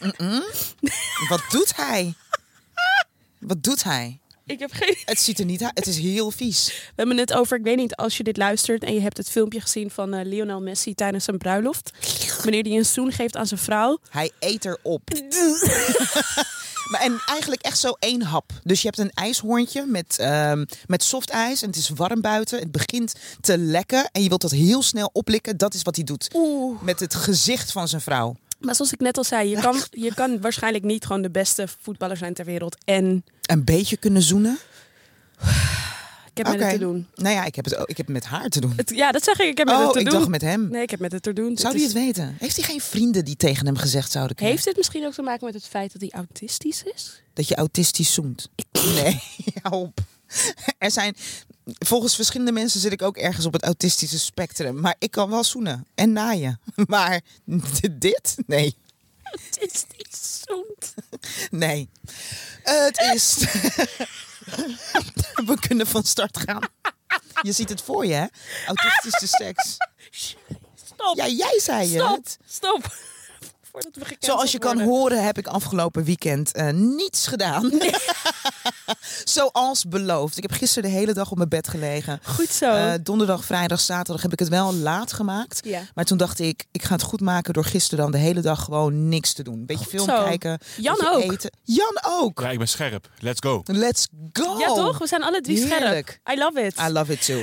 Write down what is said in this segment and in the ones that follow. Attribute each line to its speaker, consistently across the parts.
Speaker 1: Mm-mm. Wat doet hij? Wat doet hij?
Speaker 2: Ik heb geen.
Speaker 1: Het ziet er niet uit. Het is heel vies.
Speaker 2: We hebben het over, ik weet niet, als je dit luistert en je hebt het filmpje gezien van eh, Lionel Messi tijdens zijn bruiloft. Wanneer die een zoen geeft aan zijn vrouw.
Speaker 1: Hij eet erop. Maar en eigenlijk echt zo één hap. Dus je hebt een ijshoorntje met, ehm met soft ijs. En het is warm buiten. Het begint te lekken. En je wilt dat heel snel oplikken. Dat is wat hij doet.
Speaker 2: Oeh.
Speaker 1: Met het gezicht van zijn vrouw.
Speaker 2: Maar zoals ik net al zei, je kan, je kan waarschijnlijk niet gewoon de beste voetballer zijn ter wereld. En
Speaker 1: Een beetje kunnen zoenen.
Speaker 2: ik heb met
Speaker 1: Oké.
Speaker 2: het te doen.
Speaker 1: Nou ja, ik heb het, ook- ik heb het met haar te doen.
Speaker 2: Het- ja, dat zeg ik. Ik heb met het
Speaker 1: oh,
Speaker 2: te
Speaker 1: ik
Speaker 2: doen.
Speaker 1: dacht met hem.
Speaker 2: Nee, ik heb met het te doen.
Speaker 1: Zou
Speaker 2: Het
Speaker 1: hij
Speaker 2: is-
Speaker 1: het weten? Heeft hij geen vrienden die tegen hem gezegd zouden kunnen?
Speaker 2: Heeft dit misschien ook te maken met het feit dat hij autistisch is?
Speaker 1: Dat je autistisch zoent. Nee, hou op. Er zijn, volgens verschillende mensen zit ik ook ergens op het autistische spectrum. Maar ik kan wel zoenen en naaien. Maar dit? Nee,
Speaker 2: Autistisch zond.
Speaker 1: nee. Het is... We kunnen van start gaan. Je ziet het voor je, hè? Autistische seks.
Speaker 2: Stop.
Speaker 1: Ja, jij zei je.
Speaker 2: stop.
Speaker 1: het.
Speaker 2: Stop. Voordat we gecanceld
Speaker 1: Zoals je kan
Speaker 2: worden.
Speaker 1: horen heb ik afgelopen weekend eh, niets gedaan. Zoals beloofd. Ik heb gisteren de hele dag op mijn bed gelegen.
Speaker 2: Goed zo.
Speaker 1: Eh, donderdag, vrijdag, zaterdag heb ik het wel laat gemaakt.
Speaker 2: Oh. Ja.
Speaker 1: Maar toen dacht ik, ik ga het goed maken door gisteren dan de hele dag gewoon niks te doen. Beetje film
Speaker 2: zo.
Speaker 1: kijken.
Speaker 2: Jan
Speaker 1: beetje
Speaker 2: ook.
Speaker 1: Eten. Jan ook.
Speaker 3: Ja, ik ben scherp. Let's go.
Speaker 1: Let's go.
Speaker 2: ja toch? We zijn alle drie
Speaker 1: heerlijk.
Speaker 2: scherp. Oh, I love it.
Speaker 1: I love it too.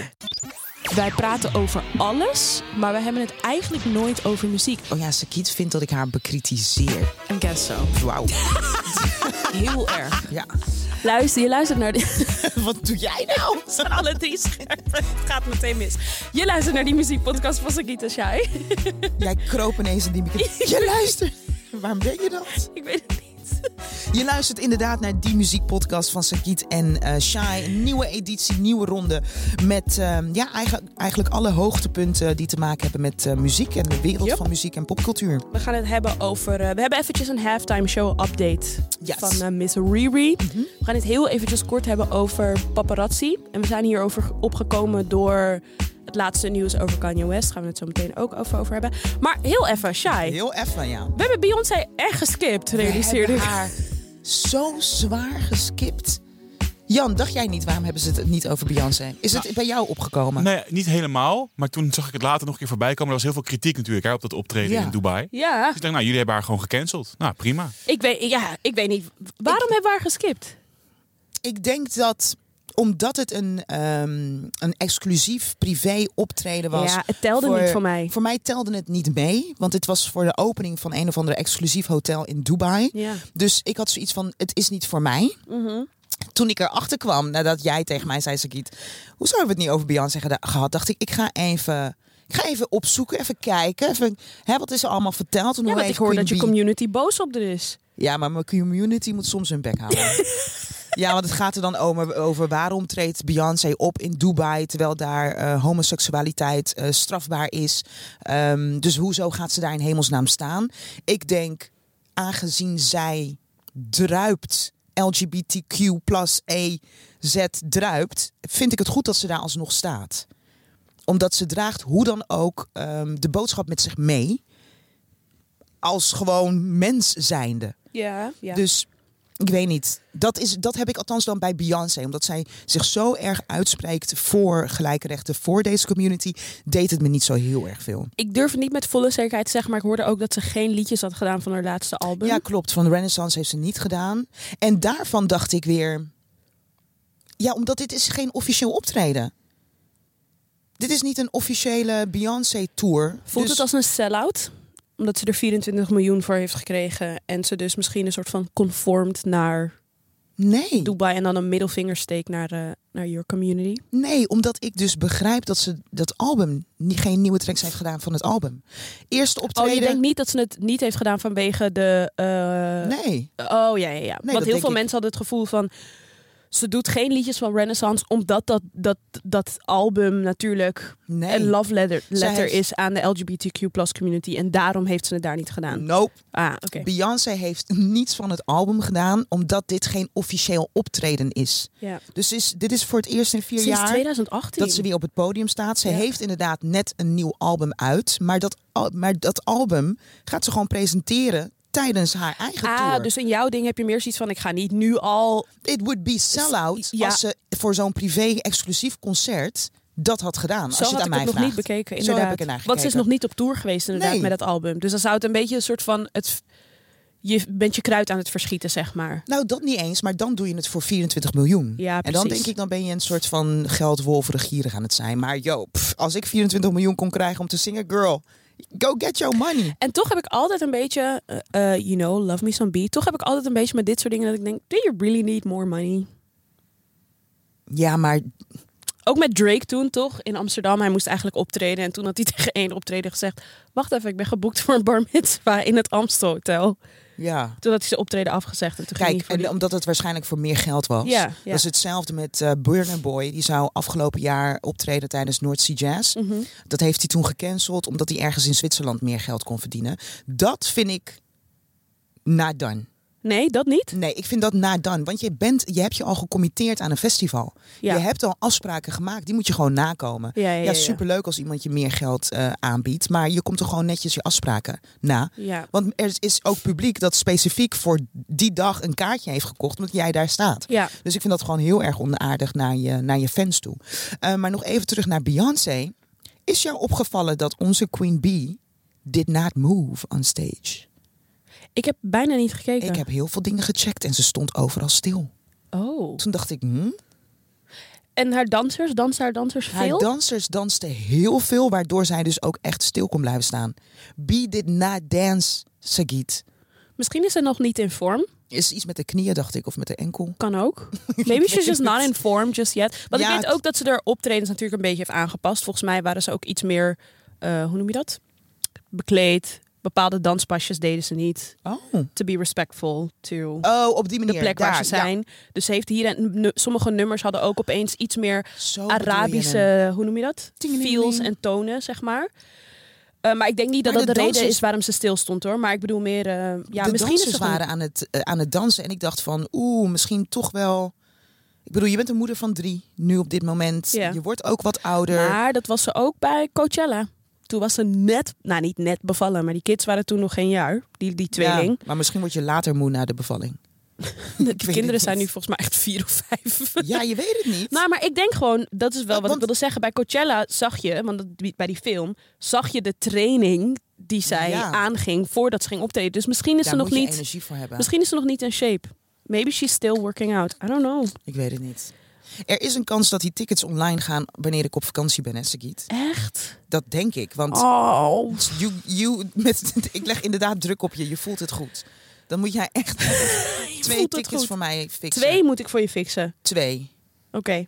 Speaker 2: Wij praten over alles, maar we hebben het eigenlijk nooit over muziek.
Speaker 1: Oh ja, Sakiet vindt dat ik haar bekritiseer.
Speaker 2: En guess so.
Speaker 1: Wauw.
Speaker 2: Heel erg.
Speaker 1: Ja.
Speaker 2: Luister, je luistert naar... De...
Speaker 1: Wat doe jij nou?
Speaker 2: We zijn alle drie scherp. Het gaat meteen mis. Je luistert naar die muziekpodcast van Sagita Shai.
Speaker 1: Jij kroop ineens in die microfoon. Je luistert. Waarom deed je dat?
Speaker 2: Ik weet het niet.
Speaker 1: Je luistert inderdaad naar die muziekpodcast van Sakiet en eh Shai. Een nieuwe editie, nieuwe ronde. Met ehm, ja, eigenlijk, eigenlijk alle hoogtepunten die te maken hebben met eh, muziek en de wereld
Speaker 2: Yep.
Speaker 1: van muziek en popcultuur.
Speaker 2: We gaan het hebben over... eh, we hebben eventjes een halftime show update
Speaker 1: Yes. Mhm.
Speaker 2: van eh, Miss Riri. We gaan het heel eventjes kort hebben over paparazzi. En we zijn hierover opgekomen door het laatste nieuws over Kanye West. Daar gaan we het zo meteen ook over, over hebben. Maar heel even, Shai.
Speaker 1: Heel even, ja.
Speaker 2: We hebben Beyoncé echt geskipt, realiseerde
Speaker 1: We
Speaker 2: ik.
Speaker 1: hebben haar zo zwaar geskipt. Jan, dacht jij niet, waarom hebben ze het niet over Beyoncé? Is het bij jou opgekomen?
Speaker 3: Nee, niet helemaal. Maar toen zag ik het later nog een keer voorbij komen. Er was heel veel kritiek natuurlijk hè, op dat optreden
Speaker 1: Ja.
Speaker 3: in Dubai.
Speaker 2: Ja,
Speaker 3: Dus ik dacht, nou, jullie hebben haar gewoon gecanceld. Nou, prima.
Speaker 2: ik weet, ja, ik weet niet. Waarom hebben we haar geskipt?
Speaker 1: Ik denk dat omdat het een, ehm, een exclusief privé optreden was.
Speaker 2: ja, het telde niet voor mij.
Speaker 1: Voor mij telde het niet mee, want het was voor de opening van een of andere exclusief hotel in Dubai.
Speaker 2: Ja.
Speaker 1: Dus ik had zoiets van, het is niet voor mij.
Speaker 2: Mhm.
Speaker 1: Toen ik erachter kwam, nadat jij tegen mij zei, Sakiet, hoezo hebben we het niet over Beyoncé geda- gehad? Dacht ik, ik ga even, ik ga even opzoeken, even kijken. Even, hè, wat is er allemaal verteld? En
Speaker 2: Ja,
Speaker 1: hoe
Speaker 2: want
Speaker 1: heet
Speaker 2: ik hoor
Speaker 1: Queen
Speaker 2: dat je
Speaker 1: Bee?
Speaker 2: community boos op er is.
Speaker 1: Ja, maar mijn community moet soms hun bek houden. ja, want het gaat er dan over, over waarom treedt Beyoncé op in Dubai terwijl daar eh, homoseksualiteit eh, strafbaar is. Ehm, dus hoezo gaat ze daar in hemelsnaam staan? Ik denk, aangezien zij druipt, LGBTQ plus EZ druipt, vind ik het goed dat ze daar alsnog staat. Omdat ze draagt hoe dan ook ehm, de boodschap met zich mee. Als gewoon mens zijnde.
Speaker 2: Ja, ja.
Speaker 1: Dus ik weet niet. Dat, is, dat heb ik althans dan bij Beyoncé. Omdat zij zich zo erg uitspreekt voor gelijke rechten, voor deze community, deed het me niet zo heel erg veel.
Speaker 2: ik durf het niet met volle zekerheid te zeggen, maar ik hoorde ook dat ze geen liedjes had gedaan van haar laatste album.
Speaker 1: Ja, klopt. Van de Renaissance heeft ze niet gedaan. En daarvan dacht ik weer. Ja, omdat dit is geen officieel optreden. Dit is niet een officiële Dus Beyoncé-tour.
Speaker 2: Voelt het als een sell-out? Omdat ze er 24 miljoen voor heeft gekregen. En ze dus misschien een soort van conformt naar
Speaker 1: Nee.
Speaker 2: Dubai. En dan een middelvingersteek naar, eh, naar your community.
Speaker 1: Nee, omdat ik dus begrijp dat ze dat album... nie- geen nieuwe tracks heeft gedaan van het album. Eerste
Speaker 2: Oh,
Speaker 1: optreden...
Speaker 2: je denkt niet dat ze het niet heeft gedaan vanwege de... eh,
Speaker 1: Nee.
Speaker 2: Oh ja, ja, ja.
Speaker 1: dat
Speaker 2: Want heel
Speaker 1: denk
Speaker 2: veel
Speaker 1: ik.
Speaker 2: mensen hadden het gevoel van. Ze doet geen liedjes van Renaissance, omdat dat, dat, dat album natuurlijk
Speaker 1: Nee.
Speaker 2: een love letter, letter
Speaker 1: heeft-
Speaker 2: is aan de LGBTQ community. En daarom heeft ze het daar niet gedaan.
Speaker 1: Nope.
Speaker 2: Ah, oké.
Speaker 1: Beyoncé heeft niets van het album gedaan, omdat dit geen officieel optreden is.
Speaker 2: Ja.
Speaker 1: Dus is, dit is voor het eerst in vier
Speaker 2: Sinds
Speaker 1: jaar
Speaker 2: 2018.
Speaker 1: dat ze weer op het podium staat. Ze
Speaker 2: Ja.
Speaker 1: heeft inderdaad net een nieuw album uit, maar dat, al- maar dat album gaat ze gewoon presenteren tijdens haar eigen
Speaker 2: Ah,
Speaker 1: tour.
Speaker 2: dus in jouw ding heb je meer zoiets van: ik ga niet nu al.
Speaker 1: It would be sell-out
Speaker 2: dus Ja.
Speaker 1: als ze voor zo'n privé-exclusief concert dat had gedaan. als
Speaker 2: Zo
Speaker 1: je
Speaker 2: had
Speaker 1: het aan
Speaker 2: ik het
Speaker 1: mij
Speaker 2: nog
Speaker 1: vraagt.
Speaker 2: niet bekeken.
Speaker 1: Zo
Speaker 2: Inderdaad.
Speaker 1: heb ik ernaar gekeken.
Speaker 2: Want ze is nog niet op tour geweest, inderdaad,
Speaker 1: Nee.
Speaker 2: met dat album. Dus dan zou het een beetje een soort van: het, je bent je kruid aan het verschieten, zeg maar.
Speaker 1: Nou, dat niet eens, maar dan doe je het voor 24 miljoen.
Speaker 2: Ja,
Speaker 1: en dan
Speaker 2: precies.
Speaker 1: denk ik, dan ben je een soort van geldwolverig gierig aan het zijn. Maar joh, pff, als ik 24 miljoen kon krijgen om te zingen, girl, go get your money.
Speaker 2: En toch heb ik altijd een beetje, eh, eh, you know, love me some beat. Toch heb ik altijd een beetje met dit soort dingen dat ik denk: do you really need more money?
Speaker 1: Ja, maar
Speaker 2: Ook met Drake toen toch in Amsterdam. Hij moest eigenlijk optreden. En toen had hij tegen één optreden gezegd: Wacht even, ik ben geboekt voor een bar mitzwa in het Amstel Hotel.
Speaker 1: ja.
Speaker 2: Toen had hij zijn optreden afgezegd. En toen
Speaker 1: Kijk,
Speaker 2: ging hij
Speaker 1: en
Speaker 2: voor
Speaker 1: omdat het waarschijnlijk voor meer geld was.
Speaker 2: Ja, ja.
Speaker 1: Dat is hetzelfde met eh Burner Boy. Die zou afgelopen jaar optreden tijdens North Sea Jazz.
Speaker 2: die- Mhm.
Speaker 1: Dat heeft hij toen gecanceld omdat hij ergens in Zwitserland meer geld kon verdienen. Dat vind ik na dan.
Speaker 2: Nee, dat niet.
Speaker 1: Nee, ik vind dat na dan. Want je, bent, je hebt je al gecommitteerd aan een festival.
Speaker 2: Ja.
Speaker 1: Je hebt al afspraken gemaakt, die moet je gewoon nakomen.
Speaker 2: Ja, ja, ja, ja.
Speaker 1: superleuk als iemand je meer geld eh, aanbiedt. Maar je komt er gewoon netjes je afspraken na.
Speaker 2: Ja.
Speaker 1: Want er is ook publiek dat specifiek voor die dag een kaartje heeft gekocht, omdat jij daar staat.
Speaker 2: Ja.
Speaker 1: Dus ik vind dat gewoon heel erg onaardig naar je, naar je fans toe. Eh, maar nog even terug naar Beyoncé. Is jou opgevallen dat onze Queen Bee did not move on stage?
Speaker 2: Ik heb bijna niet gekeken.
Speaker 1: Ik heb heel veel dingen gecheckt en ze stond overal stil.
Speaker 2: Oh.
Speaker 1: Toen dacht ik, hm,
Speaker 2: En haar dansers, dansen haar dansers
Speaker 1: Haar
Speaker 2: veel?
Speaker 1: dansers dansten heel veel, waardoor zij dus ook echt stil kon blijven staan. Be did not dance, Sagit.
Speaker 2: Misschien is ze nog niet in vorm.
Speaker 1: Is iets met de knieën, dacht ik, of met de enkel.
Speaker 2: Kan ook. Maybe she's just not in form just yet. Want
Speaker 1: Ja,
Speaker 2: ik weet
Speaker 1: het-
Speaker 2: ook dat ze haar optredens natuurlijk een beetje heeft aangepast. Volgens mij waren ze ook iets meer, eh, hoe noem je dat? Bekleed. Bepaalde danspasjes deden ze niet.
Speaker 1: Oh.
Speaker 2: To be respectful to
Speaker 1: Oh, op die
Speaker 2: de
Speaker 1: manier.
Speaker 2: plek
Speaker 1: daar,
Speaker 2: waar ze zijn. Dus ze heeft hier en nu- sommige nummers hadden ook opeens iets meer
Speaker 1: Ja. Zo bedoel Oh, je hem.
Speaker 2: Arabische, hoe noem je dat?
Speaker 1: Tingelingeling.
Speaker 2: Feels en tonen, zeg maar. Eh, maar ik denk niet dat
Speaker 1: Maar
Speaker 2: dat
Speaker 1: de
Speaker 2: de, reden
Speaker 1: dansers-
Speaker 2: is waarom ze stil stond hoor. Maar ik bedoel meer, eh, ja,
Speaker 1: de
Speaker 2: misschien is
Speaker 1: dansers
Speaker 2: het
Speaker 1: waren aan het, eh, aan het dansen en ik dacht van, oeh, misschien toch wel... Ik bedoel, je bent een moeder van drie nu op dit moment.
Speaker 2: Ja.
Speaker 1: Je wordt ook wat ouder.
Speaker 2: Maar dat was ze ook bij Coachella. Toen was ze net, nou niet net bevallen, maar die kids waren toen nog geen jaar. Die, die tweeling.
Speaker 1: Ja, maar misschien word je later moe na de bevalling.
Speaker 2: De
Speaker 1: het
Speaker 2: kinderen zijn nu
Speaker 1: niet.
Speaker 2: volgens mij echt vier of vijf.
Speaker 1: Ja, je weet het niet.
Speaker 2: Nou, maar ik denk gewoon, dat is wel
Speaker 1: Ja,
Speaker 2: wat ik
Speaker 1: want-
Speaker 2: wilde zeggen. Bij Coachella zag je, want dat, bij die film, zag je de training die zij
Speaker 1: Ja.
Speaker 2: aanging voordat ze ging optreden. Dus misschien is
Speaker 1: Daar
Speaker 2: ze nog
Speaker 1: moet je
Speaker 2: niet,
Speaker 1: energie voor hebben.
Speaker 2: misschien is ze nog niet in shape. Maybe she's still working out. I don't know.
Speaker 1: Ik weet het niet. Er is een kans dat die tickets online gaan wanneer ik op vakantie ben, hè, Sagiet?
Speaker 2: Echt?
Speaker 1: Dat denk ik, want
Speaker 2: Oh.
Speaker 1: you, you, met, ik leg inderdaad druk op je. Je voelt het goed. Dan moet jij echt twee
Speaker 2: voelt het
Speaker 1: tickets
Speaker 2: goed.
Speaker 1: voor mij fixen.
Speaker 2: Twee moet ik voor je fixen.
Speaker 1: Twee.
Speaker 2: Oké.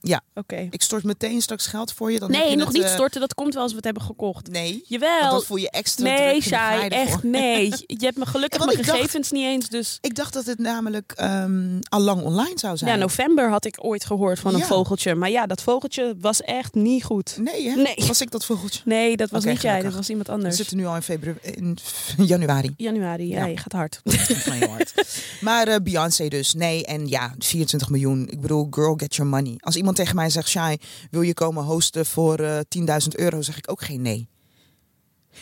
Speaker 1: Ja.
Speaker 2: Oké.
Speaker 1: Ik stort meteen straks geld voor je. Dan heb
Speaker 2: Nee,
Speaker 1: je
Speaker 2: nog
Speaker 1: het,
Speaker 2: niet
Speaker 1: eh,
Speaker 2: storten. Dat komt wel als we het hebben gekocht.
Speaker 1: Nee, want
Speaker 2: Jawel.
Speaker 1: dan voel je extra druk.
Speaker 2: Nee,
Speaker 1: en dan ga
Speaker 2: Shai,
Speaker 1: je ervoor.
Speaker 2: echt nee. Je hebt me gelukkig
Speaker 1: Ja, want
Speaker 2: mijn
Speaker 1: ik dacht-
Speaker 2: gegevens niet eens. Dus
Speaker 1: Ik dacht dat het namelijk ehm al lang online zou zijn.
Speaker 2: ja, nou, november had ik ooit gehoord van een
Speaker 1: Ja.
Speaker 2: vogeltje. Maar ja, dat vogeltje was echt niet goed.
Speaker 1: Nee, hè?
Speaker 2: Nee.
Speaker 1: Was ik dat vogeltje?
Speaker 2: Nee, dat was
Speaker 1: Oké,
Speaker 2: niet jij.
Speaker 1: gelukkig.
Speaker 2: Dat was iemand
Speaker 1: We
Speaker 2: anders.
Speaker 1: zitten nu al in, februari, in januari.
Speaker 2: Januari, ja,
Speaker 1: Ja.
Speaker 2: je gaat hard.
Speaker 1: Van je hart. maar eh, Beyoncé dus, nee. En ja, 24 miljoen. Ik bedoel, girl, get your money. Als iemand tegen mij zegt, Shai, wil je komen hosten voor eh, 10.000 euro? Zeg ik ook geen nee.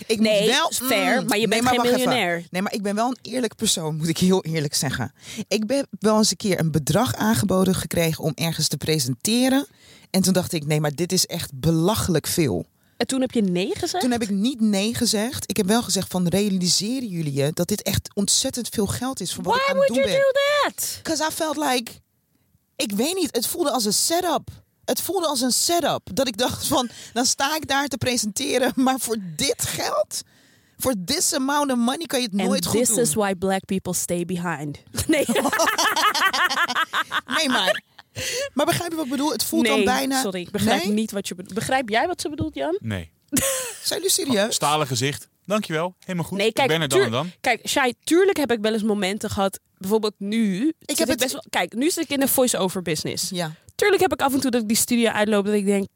Speaker 1: Ik moet
Speaker 2: Nee,
Speaker 1: wel,
Speaker 2: fair,
Speaker 1: mm,
Speaker 2: maar je
Speaker 1: nee,
Speaker 2: bent geen
Speaker 1: wacht even.
Speaker 2: miljonair.
Speaker 1: Nee, maar ik ben wel een eerlijk persoon, moet ik heel eerlijk zeggen. Ik ben wel eens een keer een bedrag aangeboden gekregen om ergens te presenteren. En toen dacht ik, nee, maar dit is echt belachelijk veel.
Speaker 2: En toen heb je nee gezegd?
Speaker 1: Toen heb ik niet nee gezegd. Ik heb wel gezegd van realiseren jullie je dat dit echt ontzettend veel geld is voor wat ik
Speaker 2: Why
Speaker 1: aan het
Speaker 2: would
Speaker 1: doen
Speaker 2: you
Speaker 1: ben.
Speaker 2: do that?
Speaker 1: Because I felt like, ik weet niet, het voelde als een setup. Het voelde als een setup. Dat ik dacht van, dan sta ik daar te presenteren, maar voor dit geld, voor this amount of money kan je het nooit
Speaker 2: And
Speaker 1: goed
Speaker 2: this
Speaker 1: doen.
Speaker 2: is why black people stay behind. Nee,
Speaker 1: Nee, maar, maar begrijp je wat ik bedoel? Het voelt
Speaker 2: nee
Speaker 1: dan bijna...
Speaker 2: sorry. Ik begrijp
Speaker 1: Nee?
Speaker 2: niet wat je bedoelt. Begrijp jij wat ze bedoelt, Jan?
Speaker 3: Nee.
Speaker 1: Zijn jullie serieus?
Speaker 3: Stalen gezicht. Dankjewel. Helemaal goed.
Speaker 2: Nee, kijk,
Speaker 3: ik ben er dan en
Speaker 2: tuur-
Speaker 3: dan.
Speaker 2: Kijk, Shai, tuurlijk heb ik wel eens momenten gehad. Bijvoorbeeld nu.
Speaker 1: heb
Speaker 2: Ik heb ik
Speaker 1: het-
Speaker 2: best wel, kijk, nu zit ik in de voice-over business.
Speaker 1: Ja.
Speaker 2: Tuurlijk heb ik af en toe dat ik die studio uitloop dat ik denk,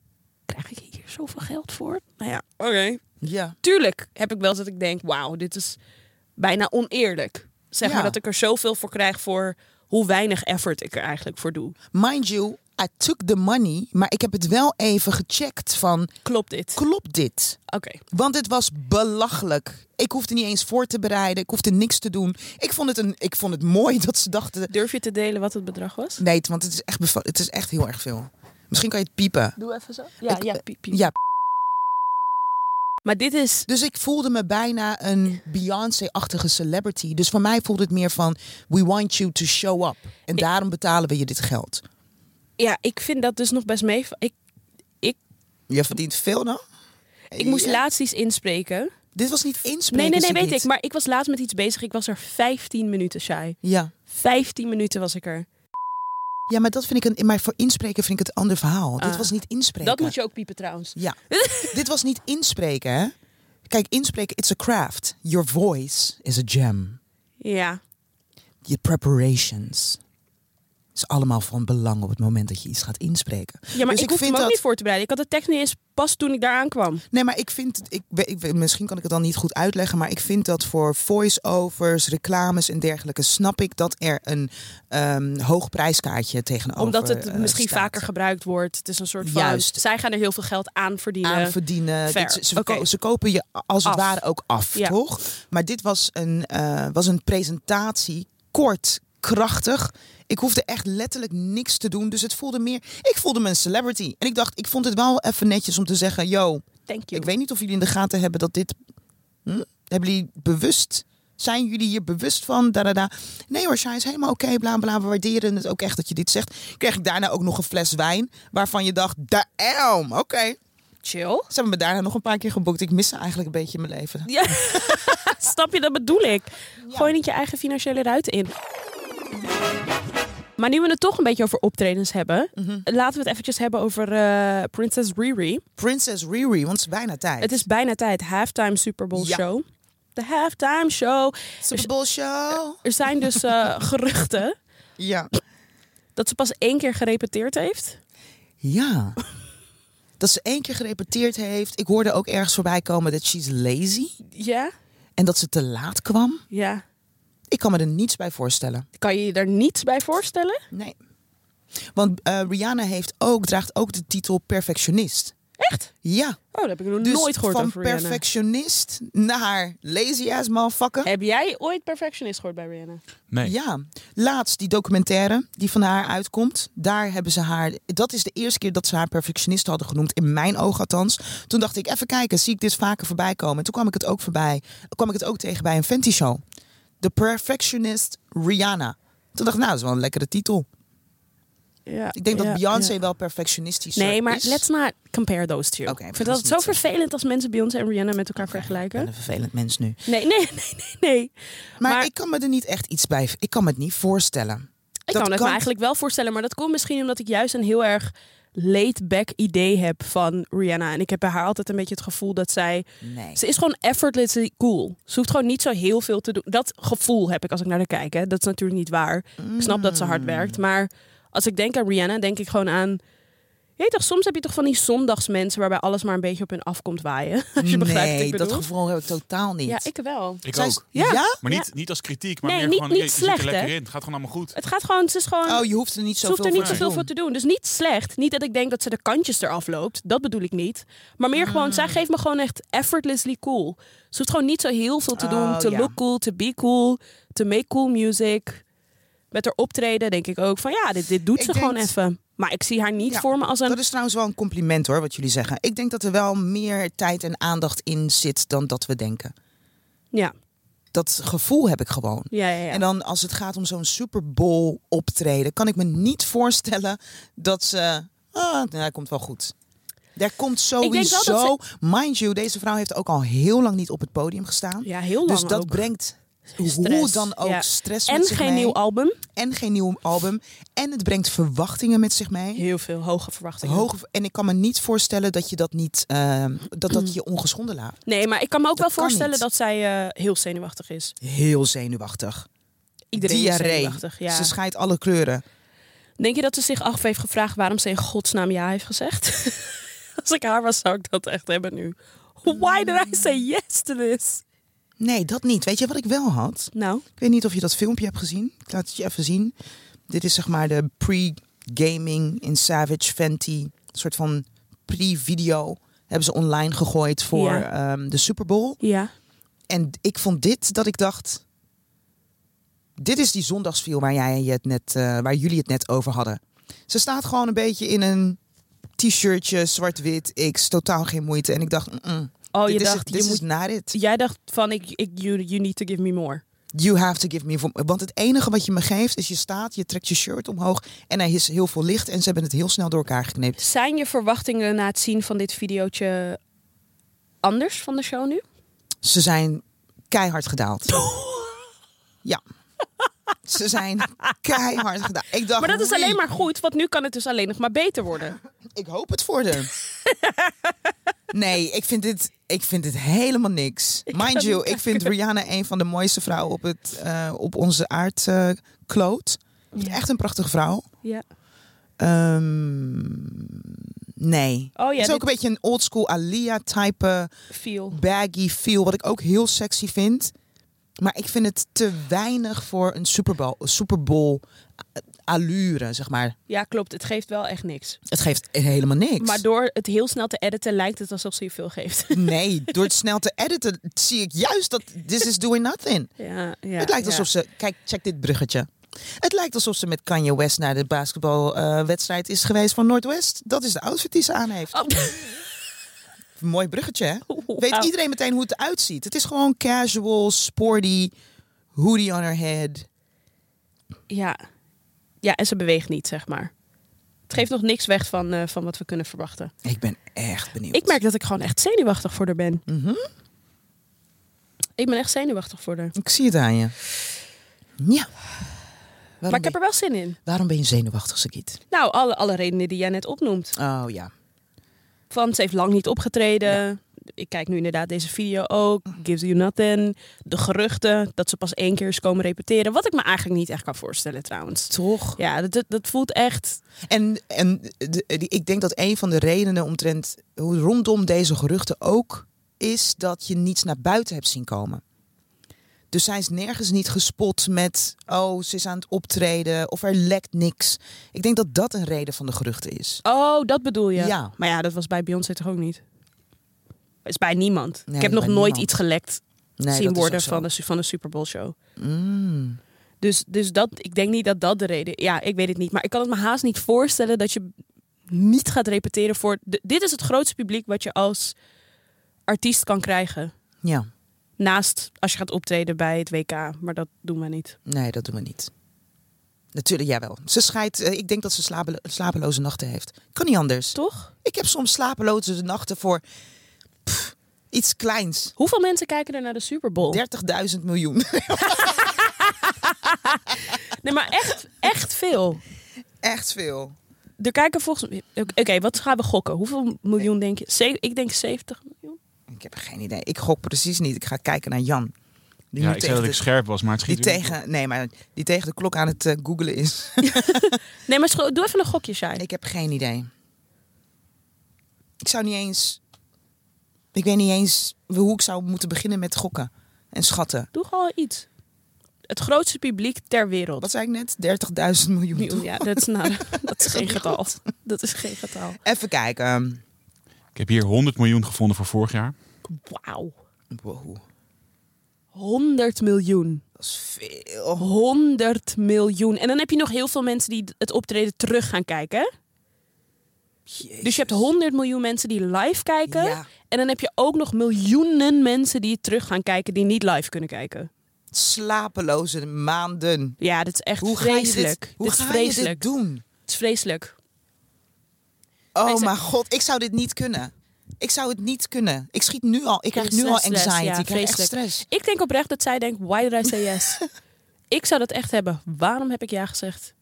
Speaker 2: krijg ik hier zoveel geld voor? Nou ja, oké.
Speaker 1: Ja.
Speaker 2: Tuurlijk heb ik wel eens dat ik denk, wauw, dit is bijna oneerlijk. Zeg
Speaker 1: Ja.
Speaker 2: maar dat ik er zoveel voor krijg voor hoe weinig effort ik er eigenlijk voor doe.
Speaker 1: Mind you, I took the money, maar ik heb het wel even gecheckt van,
Speaker 2: Klopt dit?
Speaker 1: klopt dit?
Speaker 2: Oké.
Speaker 1: Want het was belachelijk. Ik hoefde niet eens voor te bereiden, ik hoefde niks te doen. Ik vond het, een, ik vond het mooi dat ze dachten,
Speaker 2: Durf je te delen wat het bedrag was?
Speaker 1: nee, want het is echt, bevo- het is echt heel erg veel. Misschien kan je het piepen.
Speaker 2: Doe even zo. Ja,
Speaker 1: Ik-
Speaker 2: eh, ja, piep, piep.
Speaker 1: Ja,
Speaker 2: Maar dit is...
Speaker 1: dus ik voelde me bijna een Beyoncé-achtige celebrity. Dus voor mij voelde het meer van, we want you to show up. En
Speaker 2: Ik-
Speaker 1: daarom betalen we je dit geld.
Speaker 2: Ja, ik vind dat dus nog best mee. Ik,
Speaker 1: Je verdient veel nou?
Speaker 2: ik moest
Speaker 1: Ja.
Speaker 2: laatst iets inspreken.
Speaker 1: Dit was niet inspreken.
Speaker 2: Nee, nee, nee,
Speaker 1: zie
Speaker 2: weet
Speaker 1: dit.
Speaker 2: ik. Maar ik was laatst met iets bezig. Ik was er 15 minuten, Shai.
Speaker 1: Ja.
Speaker 2: 15 minuten was ik er.
Speaker 1: ja, maar dat vind ik een. Maar voor inspreken vind ik het ander verhaal. Dit
Speaker 2: Ah.
Speaker 1: was niet inspreken.
Speaker 2: Dat moet je ook piepen trouwens.
Speaker 1: Ja. dit was niet inspreken, hè? Kijk, inspreken, it's a craft. Your voice is a gem.
Speaker 2: Ja.
Speaker 1: Je preparations. Is allemaal van belang op het moment dat je iets gaat inspreken.
Speaker 2: Ja, maar
Speaker 1: Dus
Speaker 2: ik
Speaker 1: ik
Speaker 2: hoefde
Speaker 1: vind
Speaker 2: me ook
Speaker 1: dat-
Speaker 2: niet voor te bereiden. Ik had de tekst niet eens pas toen ik daar aankwam.
Speaker 1: Nee, maar ik vind, ik, we- ik, we- misschien kan ik het dan niet goed uitleggen, maar ik vind dat voor voice-overs, reclames en dergelijke, snap ik dat er een ehm hoog prijskaartje tegenover
Speaker 2: Omdat het
Speaker 1: eh,
Speaker 2: misschien
Speaker 1: staat.
Speaker 2: vaker gebruikt wordt. Het is een soort van...
Speaker 1: Juist.
Speaker 2: Zij gaan er heel veel geld aan verdienen.
Speaker 1: aan verdienen.
Speaker 2: Fair.
Speaker 1: Dit- ze, ze
Speaker 2: Oké.
Speaker 1: verko- ze kopen je als het
Speaker 2: Af.
Speaker 1: ware ook af,
Speaker 2: Ja.
Speaker 1: toch? Maar dit was een, eh, was een presentatie, kort, krachtig. Ik hoefde echt letterlijk niks te doen. Dus het voelde meer. Ik voelde me een celebrity. En ik dacht, ik vond het wel even netjes om te zeggen: yo,
Speaker 2: Thank you.
Speaker 1: ik weet niet of jullie in de gaten hebben dat dit. Hm? Hebben jullie bewust. Zijn jullie hier bewust van? Da, da, da. Nee hoor, Shai is helemaal oké, bla bla. We waarderen het ook echt dat je dit zegt. Kreeg ik daarna ook nog een fles wijn. Waarvan je dacht, damn, oké.
Speaker 2: Chill.
Speaker 1: Ze hebben me daarna nog een paar keer geboekt. Ik mis ze eigenlijk een beetje in mijn leven.
Speaker 2: Ja, snap je? Dat bedoel ik. Gooi niet je eigen financiële ruiten in. Maar nu we het toch een beetje over optredens hebben,
Speaker 1: Mhm.
Speaker 2: laten we het eventjes hebben over eh, Princess Riri.
Speaker 1: Princess Riri, want het is bijna tijd.
Speaker 2: Het is bijna tijd, halftime Super Bowl
Speaker 1: Ja.
Speaker 2: show. De halftime show.
Speaker 1: Super Bowl show.
Speaker 2: Er zijn dus eh, geruchten
Speaker 1: Ja.
Speaker 2: dat ze pas één keer gerepeteerd heeft.
Speaker 1: Ja. Dat ze één keer gerepeteerd heeft. Ik hoorde ook ergens voorbij komen dat she's lazy.
Speaker 2: Ja,
Speaker 1: En dat ze te laat kwam.
Speaker 2: ja.
Speaker 1: Ik kan me er niets bij voorstellen.
Speaker 2: Kan je je daar niets bij voorstellen?
Speaker 1: Nee. Want eh, Rihanna heeft ook, draagt ook de titel perfectionist.
Speaker 2: Echt?
Speaker 1: Ja.
Speaker 2: Oh, dat heb ik nog
Speaker 1: Dus
Speaker 2: nooit gehoord
Speaker 1: van
Speaker 2: over Rihanna.
Speaker 1: perfectionist naar lazy ass motherfucker.
Speaker 2: Heb jij ooit perfectionist gehoord bij Rihanna?
Speaker 3: Nee.
Speaker 1: Ja, laatst die documentaire die van haar uitkomt. Daar hebben ze haar. Dat is de eerste keer dat ze haar perfectionist hadden genoemd. In mijn oog althans. Toen dacht ik, even kijken, zie ik dit vaker voorbij komen. En toen kwam ik het ook voorbij. kwam ik het ook tegen bij een Fenty show. De perfectionist Rihanna. Toen dacht ik, nou, dat is wel een lekkere titel.
Speaker 2: Ja.
Speaker 1: Ik denk
Speaker 2: ja,
Speaker 1: dat Beyoncé
Speaker 2: ja.
Speaker 1: wel perfectionistisch eh,
Speaker 2: Nee, maar
Speaker 1: is.
Speaker 2: let's not compare those two.
Speaker 1: Oké,
Speaker 2: ik
Speaker 1: we
Speaker 2: vind
Speaker 1: gaan
Speaker 2: dat
Speaker 1: ze
Speaker 2: zo
Speaker 1: niet zeggen.
Speaker 2: vervelend als mensen Beyoncé en Rihanna met elkaar
Speaker 1: Ik ben
Speaker 2: vergelijken.
Speaker 1: een vervelend mens nu.
Speaker 2: Nee, nee, nee, nee, nee.
Speaker 1: Maar,
Speaker 2: Maar-
Speaker 1: ik kan me er niet echt iets bij. Ik kan me het niet voorstellen.
Speaker 2: Ik
Speaker 1: Dat
Speaker 2: kan het me
Speaker 1: kan-
Speaker 2: eigenlijk wel voorstellen, maar dat komt misschien omdat ik juist een heel erg laid-back idee heb van Rihanna. En ik heb bij haar altijd een beetje het gevoel dat zij...
Speaker 1: Nee.
Speaker 2: Ze is gewoon effortlessly cool. Ze hoeft gewoon niet zo heel veel te doen. Dat gevoel heb ik als ik naar haar kijk. Hè. Dat is natuurlijk niet waar. Ik snap dat ze hard
Speaker 1: Mm.
Speaker 2: werkt. Maar als ik denk aan Rihanna, denk ik gewoon aan... Je weet toch, soms heb je toch van die zondagsmensen waarbij alles maar een beetje op hun afkomt waaien. Als je begrijpt wat
Speaker 1: nee,
Speaker 2: ik bedoel.
Speaker 1: dat gevoel heb ik totaal niet.
Speaker 2: Ja, ik wel.
Speaker 3: Ik
Speaker 1: Zij-
Speaker 3: ook.
Speaker 2: Ja.
Speaker 1: ja?
Speaker 3: Maar niet, niet als kritiek, maar
Speaker 2: Nee,
Speaker 3: meer
Speaker 2: niet-
Speaker 3: gewoon,
Speaker 2: niet
Speaker 3: je, je zit er
Speaker 2: slecht,
Speaker 3: lekker
Speaker 2: hè?
Speaker 3: in. Het gaat gewoon allemaal goed.
Speaker 2: Het gaat gewoon, ze is gewoon...
Speaker 1: Oh, je hoeft er niet
Speaker 2: ze
Speaker 1: zoveel
Speaker 2: hoeft er niet
Speaker 1: voor te
Speaker 2: zoveel voor te doen. Dus niet slecht. Niet dat ik denk dat ze de kantjes eraf loopt. Dat bedoel ik niet. Maar meer gewoon,
Speaker 1: Ah.
Speaker 2: zij geeft me gewoon echt effortlessly cool. Ze hoeft gewoon niet zo heel veel te doen.
Speaker 1: Oh,
Speaker 2: To
Speaker 1: ja.
Speaker 2: look cool, to be cool, to make cool music. Met haar optreden denk ik ook van ja, dit, dit doet
Speaker 1: Ik
Speaker 2: ze
Speaker 1: denk-
Speaker 2: gewoon even. Maar ik zie haar niet
Speaker 1: Ja,
Speaker 2: voor me als
Speaker 1: Dat
Speaker 2: een...
Speaker 1: is trouwens wel een compliment hoor, wat jullie zeggen. Ik denk dat er wel meer tijd en aandacht in zit dan dat we denken.
Speaker 2: Ja,
Speaker 1: Dat gevoel heb ik gewoon.
Speaker 2: ja, ja. ja.
Speaker 1: En dan als het gaat om zo'n Super Bowl optreden, kan ik me niet voorstellen dat ze. Ah, nou, hij komt wel goed. Daar komt
Speaker 2: denk wel dat
Speaker 1: sowieso. Mind you, deze vrouw heeft ook al heel lang niet op het podium gestaan.
Speaker 2: ja, heel lang
Speaker 1: dus dat
Speaker 2: ook.
Speaker 1: brengt hoe
Speaker 2: Stress,
Speaker 1: dan ook
Speaker 2: ja.
Speaker 1: stress
Speaker 2: En
Speaker 1: met zich
Speaker 2: geen
Speaker 1: mee.
Speaker 2: nieuw album.
Speaker 1: en geen nieuw album. En het brengt verwachtingen met zich mee.
Speaker 2: Heel veel hoge verwachtingen.
Speaker 1: Hoog, en ik kan me niet voorstellen dat je dat niet, ehm, dat, dat je ongeschonden laat.
Speaker 2: Nee, maar ik kan me ook
Speaker 1: Dat
Speaker 2: wel
Speaker 1: kan
Speaker 2: voorstellen
Speaker 1: niet.
Speaker 2: dat zij eh, heel zenuwachtig is.
Speaker 1: Heel zenuwachtig.
Speaker 2: Iedereen is
Speaker 1: Diarree.
Speaker 2: zenuwachtig. Ja.
Speaker 1: Ze scheidt alle kleuren.
Speaker 2: Denk je dat ze zich af heeft gevraagd waarom ze in godsnaam ja heeft gezegd? Als ik haar was, zou ik dat echt hebben nu. Why did I say yes to this?
Speaker 1: Nee, dat niet. Weet je wat ik wel had?
Speaker 2: Nou,
Speaker 1: Ik weet niet of je dat filmpje hebt gezien. Ik laat het je even zien. Dit is zeg maar de pre gaming in Savage, Fenty. Een soort van pre-video hebben ze online gegooid voor ehm, de Super Bowl.
Speaker 2: Ja.
Speaker 1: En ik vond dit dat ik dacht. Dit is die zondagsfilm waar, jij en je het net, eh, waar jullie het net over hadden. Ze staat gewoon een beetje in een t-shirtje, zwart-wit, X, totaal geen moeite. En ik dacht, mm, mm,
Speaker 2: Oh, je
Speaker 1: dit is
Speaker 2: dacht,
Speaker 1: het-
Speaker 2: je
Speaker 1: this is
Speaker 2: moet,
Speaker 1: not it.
Speaker 2: jij dacht van, ik, ik, you, you need to give me more.
Speaker 1: You have to give me... voor- Want het enige wat je me geeft is je staat, je trekt je shirt omhoog en er is heel veel licht. En ze hebben het heel snel door elkaar gekneept.
Speaker 2: Zijn je verwachtingen na het zien van dit videootje anders van de show nu?
Speaker 1: Ze zijn keihard gedaald. ja. Ze zijn keihard gedaald. Ik dacht,
Speaker 2: Maar dat is
Speaker 1: "Wee."
Speaker 2: alleen maar goed, want nu kan het dus alleen nog maar beter worden.
Speaker 1: Ik hoop het voor hem. nee, ik vind, dit, ik vind dit helemaal niks. Mind you, ik vind Rihanna een van de mooiste vrouwen op, het, eh, op onze aardkloot. Echt een prachtige vrouw.
Speaker 2: Ja.
Speaker 1: Ehm, nee.
Speaker 2: Oh ja,
Speaker 1: het is ook
Speaker 2: dit
Speaker 1: een beetje een oldschool Alia-type
Speaker 2: viel.
Speaker 1: baggy feel. Wat ik ook heel sexy vind. Maar ik vind het te weinig voor een Super Bowl, Super Bowl eh, allure, zeg maar.
Speaker 2: Ja, klopt. Het geeft wel echt niks.
Speaker 1: Het geeft helemaal niks.
Speaker 2: Maar door het heel snel te editen lijkt het alsof ze je veel geeft.
Speaker 1: Nee, door het snel te editen zie ik juist dat this is doing nothing.
Speaker 2: Ja, ja,
Speaker 1: het lijkt
Speaker 2: ja.
Speaker 1: alsof ze... Kijk, check dit bruggetje. Het lijkt alsof ze met Kanye West naar de basketbalwedstrijd eh, is geweest van Noordwest. Dat is de outfit die ze aan heeft.
Speaker 2: Oh,
Speaker 1: Mooi bruggetje, hè?
Speaker 2: wauw.
Speaker 1: Weet iedereen meteen hoe het eruit ziet. Het is gewoon casual, sporty, hoodie on her head.
Speaker 2: Ja. ja, en ze beweegt niet, zeg maar. Het geeft nog niks weg van, eh, van wat we kunnen verwachten.
Speaker 1: Ik ben echt benieuwd.
Speaker 2: Ik merk dat ik gewoon echt zenuwachtig voor haar ben.
Speaker 1: Mhm.
Speaker 2: Ik ben echt zenuwachtig voor haar.
Speaker 1: Ik zie het aan je. Ja. Waarom,
Speaker 2: Maar
Speaker 1: ben,
Speaker 2: ik heb er wel zin in.
Speaker 1: waarom ben je zenuwachtig, Sakit?
Speaker 2: Nou, alle, alle redenen die jij net opnoemt.
Speaker 1: Oh ja.
Speaker 2: Van ze heeft lang niet opgetreden. Ik kijk nu inderdaad deze video ook. Gives you nothing. De geruchten dat ze pas één keer is komen repeteren. Wat ik me eigenlijk niet echt kan voorstellen trouwens.
Speaker 1: Toch?
Speaker 2: Ja, dat, dat, dat voelt echt...
Speaker 1: En, en de- die- ik denk dat een van de redenen omtrent hoe rondom deze geruchten ook is dat je niets naar buiten hebt zien komen. Dus zij is nergens niet gespot met, oh, ze is aan het optreden of er lekt niks. Ik denk dat dat een reden van de geruchten is.
Speaker 2: Oh, dat bedoel je?
Speaker 1: Ja.
Speaker 2: Maar ja, dat was bij Beyoncé toch ook niet? Is bij niemand.
Speaker 1: Nee,
Speaker 2: ik heb
Speaker 1: bij
Speaker 2: nog nooit
Speaker 1: niemand.
Speaker 2: iets gelekt
Speaker 1: Nee, dat
Speaker 2: zien
Speaker 1: is
Speaker 2: worden
Speaker 1: ook zo.
Speaker 2: van de, su- van de Super Bowl show.
Speaker 1: Mm.
Speaker 2: Dus, dus dat, ik denk niet dat dat de reden Ja, ik weet het niet. Maar ik kan het me haast niet voorstellen dat je niet gaat repeteren voor. de- dit is het grootste publiek wat je als artiest kan krijgen.
Speaker 1: Ja,
Speaker 2: Naast als je gaat optreden bij het WK. Maar dat doen we niet.
Speaker 1: nee, dat doen we niet. Natuurlijk, jawel. Ze scheidt, eh, ik denk dat ze slapelo- slapeloze nachten heeft. Kan niet anders.
Speaker 2: Toch?
Speaker 1: Ik heb soms slapeloze nachten voor pff, iets kleins.
Speaker 2: Hoeveel mensen kijken er naar de Super Bowl?
Speaker 1: 30.000 miljoen.
Speaker 2: Nee, maar echt, echt veel.
Speaker 1: Echt veel.
Speaker 2: Er kijken volgens mij. Oké, wat gaan we gokken? Hoeveel miljoen denk je? Ze- ik denk 70 miljoen.
Speaker 1: Ik heb geen idee. Ik gok precies niet. Ik ga kijken naar Jan. Die
Speaker 3: Ja,
Speaker 1: nu
Speaker 3: ik zei
Speaker 1: tegen
Speaker 3: dat ik
Speaker 1: de-
Speaker 3: scherp was, maar het
Speaker 1: die
Speaker 3: schiet weer niet
Speaker 1: tegen, nee, maar die tegen de klok aan het eh, googelen is.
Speaker 2: Nee, maar scho- doe even een gokje, Shai.
Speaker 1: ik heb geen idee. Ik zou niet eens. Ik weet niet eens hoe ik zou moeten beginnen met gokken en schatten.
Speaker 2: Doe gewoon iets. Het grootste publiek ter wereld.
Speaker 1: Wat zei ik net? 30.000 miljoen.
Speaker 2: Miljoen, ja, dat is, nou, dat is
Speaker 1: Is
Speaker 2: geen
Speaker 1: dat
Speaker 2: getal. Dat is geen getal.
Speaker 1: Even kijken.
Speaker 3: op. Ik heb hier 100 miljoen gevonden voor vorig jaar.
Speaker 2: Wauw.
Speaker 1: Wow,
Speaker 2: 100 miljoen.
Speaker 1: dat is veel.
Speaker 2: 100 miljoen. En dan heb je nog heel veel mensen die het optreden terug gaan kijken. hè? Dus je hebt 100 miljoen mensen die live kijken.
Speaker 1: Ja.
Speaker 2: En dan heb je ook nog miljoenen mensen die het terug gaan kijken die niet live kunnen kijken.
Speaker 1: slapeloze maanden.
Speaker 2: Ja, dat is echt
Speaker 1: Hoe ga je dit-
Speaker 2: vreselijk.
Speaker 1: hoe
Speaker 2: is
Speaker 1: ga je
Speaker 2: vreselijk.
Speaker 1: dit doen?
Speaker 2: Het is vreselijk.
Speaker 1: Oh
Speaker 2: Mensen-
Speaker 1: mijn god, ik zou dit niet kunnen. Ik zou het niet kunnen. Ik schiet nu al, ik krijg
Speaker 2: Krijg
Speaker 1: nu al
Speaker 2: stress,
Speaker 1: anxiety,
Speaker 2: ja,
Speaker 1: ik krijg echt
Speaker 2: vreselijk.
Speaker 1: stress.
Speaker 2: Ik denk oprecht dat zij denkt, why did I say yes? ik zou dat echt hebben. Waarom heb ik ja gezegd?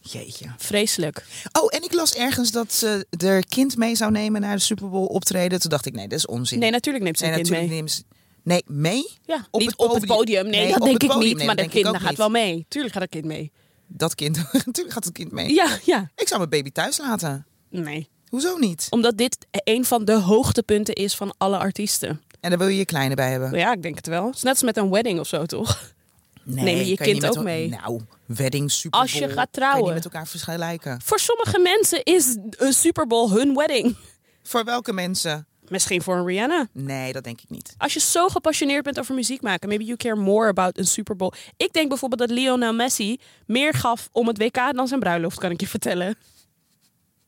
Speaker 1: Jeetje.
Speaker 2: Vreselijk.
Speaker 1: Oh, en ik las ergens dat ze haar kind mee zou nemen naar de Super Bowl optreden. Toen dacht ik, nee, dat is onzin.
Speaker 2: Nee, natuurlijk neemt ze
Speaker 1: Nee,
Speaker 2: een kind mee.
Speaker 1: natuurlijk nemen ze- Nee, mee?
Speaker 2: Ja,
Speaker 1: Op
Speaker 2: niet
Speaker 1: het
Speaker 2: op het
Speaker 1: podium.
Speaker 2: podium. Nee,
Speaker 1: Nee,
Speaker 2: dat
Speaker 1: op
Speaker 2: denk
Speaker 1: het
Speaker 2: ik
Speaker 1: podium.
Speaker 2: niet.
Speaker 1: Nee,
Speaker 2: maar
Speaker 1: dat
Speaker 2: dat
Speaker 1: denk
Speaker 2: kind
Speaker 1: ik ook
Speaker 2: gaat
Speaker 1: niet.
Speaker 2: wel mee. Tuurlijk gaat dat kind mee.
Speaker 1: Dat kind. Natuurlijk gaat het kind mee.
Speaker 2: Ja, ja.
Speaker 1: Ik zou mijn baby thuis laten.
Speaker 2: Nee.
Speaker 1: Hoezo niet?
Speaker 2: Omdat dit een van de hoogtepunten is van alle artiesten.
Speaker 1: En daar wil je je kleine bij hebben.
Speaker 2: Ja, ik denk het wel. Het is net als met een wedding of zo, toch? Neem je je
Speaker 1: kan
Speaker 2: kind
Speaker 1: niet met
Speaker 2: ook
Speaker 1: el-
Speaker 2: mee?
Speaker 1: Nou, wedding, Super
Speaker 2: Als je
Speaker 1: Bowl,
Speaker 2: gaat
Speaker 1: Kan je
Speaker 2: trouwen.
Speaker 1: niet met elkaar vergelijken.
Speaker 2: Voor sommige mensen is een Super Bowl hun wedding.
Speaker 1: Voor welke mensen?
Speaker 2: Misschien voor een Rihanna.
Speaker 1: Nee, dat denk ik niet.
Speaker 2: Als je zo gepassioneerd bent over muziek maken, maybe you care more about een Super Bowl. Ik denk bijvoorbeeld dat Lionel Messi meer gaf om het WK dan zijn bruiloft, kan ik je vertellen.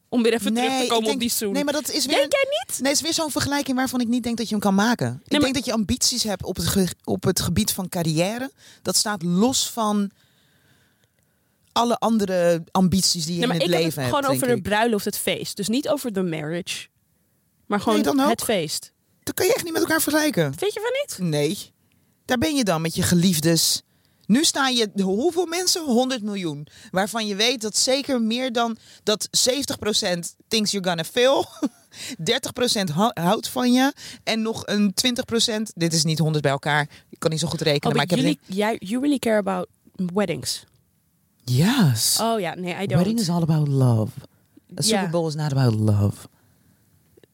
Speaker 2: Om weer even
Speaker 1: nee,
Speaker 2: terug te
Speaker 1: ik
Speaker 2: komen op
Speaker 1: denk-
Speaker 2: die zoen.
Speaker 1: Nee, maar dat is weer...
Speaker 2: Denk jij niet?
Speaker 1: Nee, het is weer zo'n vergelijking waarvan ik niet denk dat je hem kan maken. ik
Speaker 2: maar-
Speaker 1: denk dat je ambities hebt op het, ge- op het gebied van carrière. Dat staat los van alle andere ambities die je
Speaker 2: Nee, maar
Speaker 1: in
Speaker 2: ik
Speaker 1: het
Speaker 2: heb het
Speaker 1: leven hebt.
Speaker 2: gewoon over
Speaker 1: denk
Speaker 2: de
Speaker 1: ik.
Speaker 2: bruiloft, het feest. Dus niet over de marriage. Maar gewoon
Speaker 1: Nee, dan ook.
Speaker 2: het feest.
Speaker 1: Dat kan je echt niet met elkaar vergelijken.
Speaker 2: Weet je van niet?
Speaker 1: Nee. Daar ben je dan met je geliefdes. Nu staan je, hoeveel mensen? 100 miljoen. Waarvan je weet dat zeker meer dan dat 70% thinks you're gonna fail. 30% hou- houdt van je. En nog een 20%, dit is niet 100 bij elkaar. Ik kan niet zo goed rekenen,
Speaker 2: Oh,
Speaker 1: maar
Speaker 2: but
Speaker 1: ik heb
Speaker 2: you, really, yeah, you really care about weddings.
Speaker 1: een- Yes.
Speaker 2: Oh ja, nee, I don't.
Speaker 1: Wedding is all about love. A
Speaker 2: Ja.
Speaker 1: Super Bowl is not about love.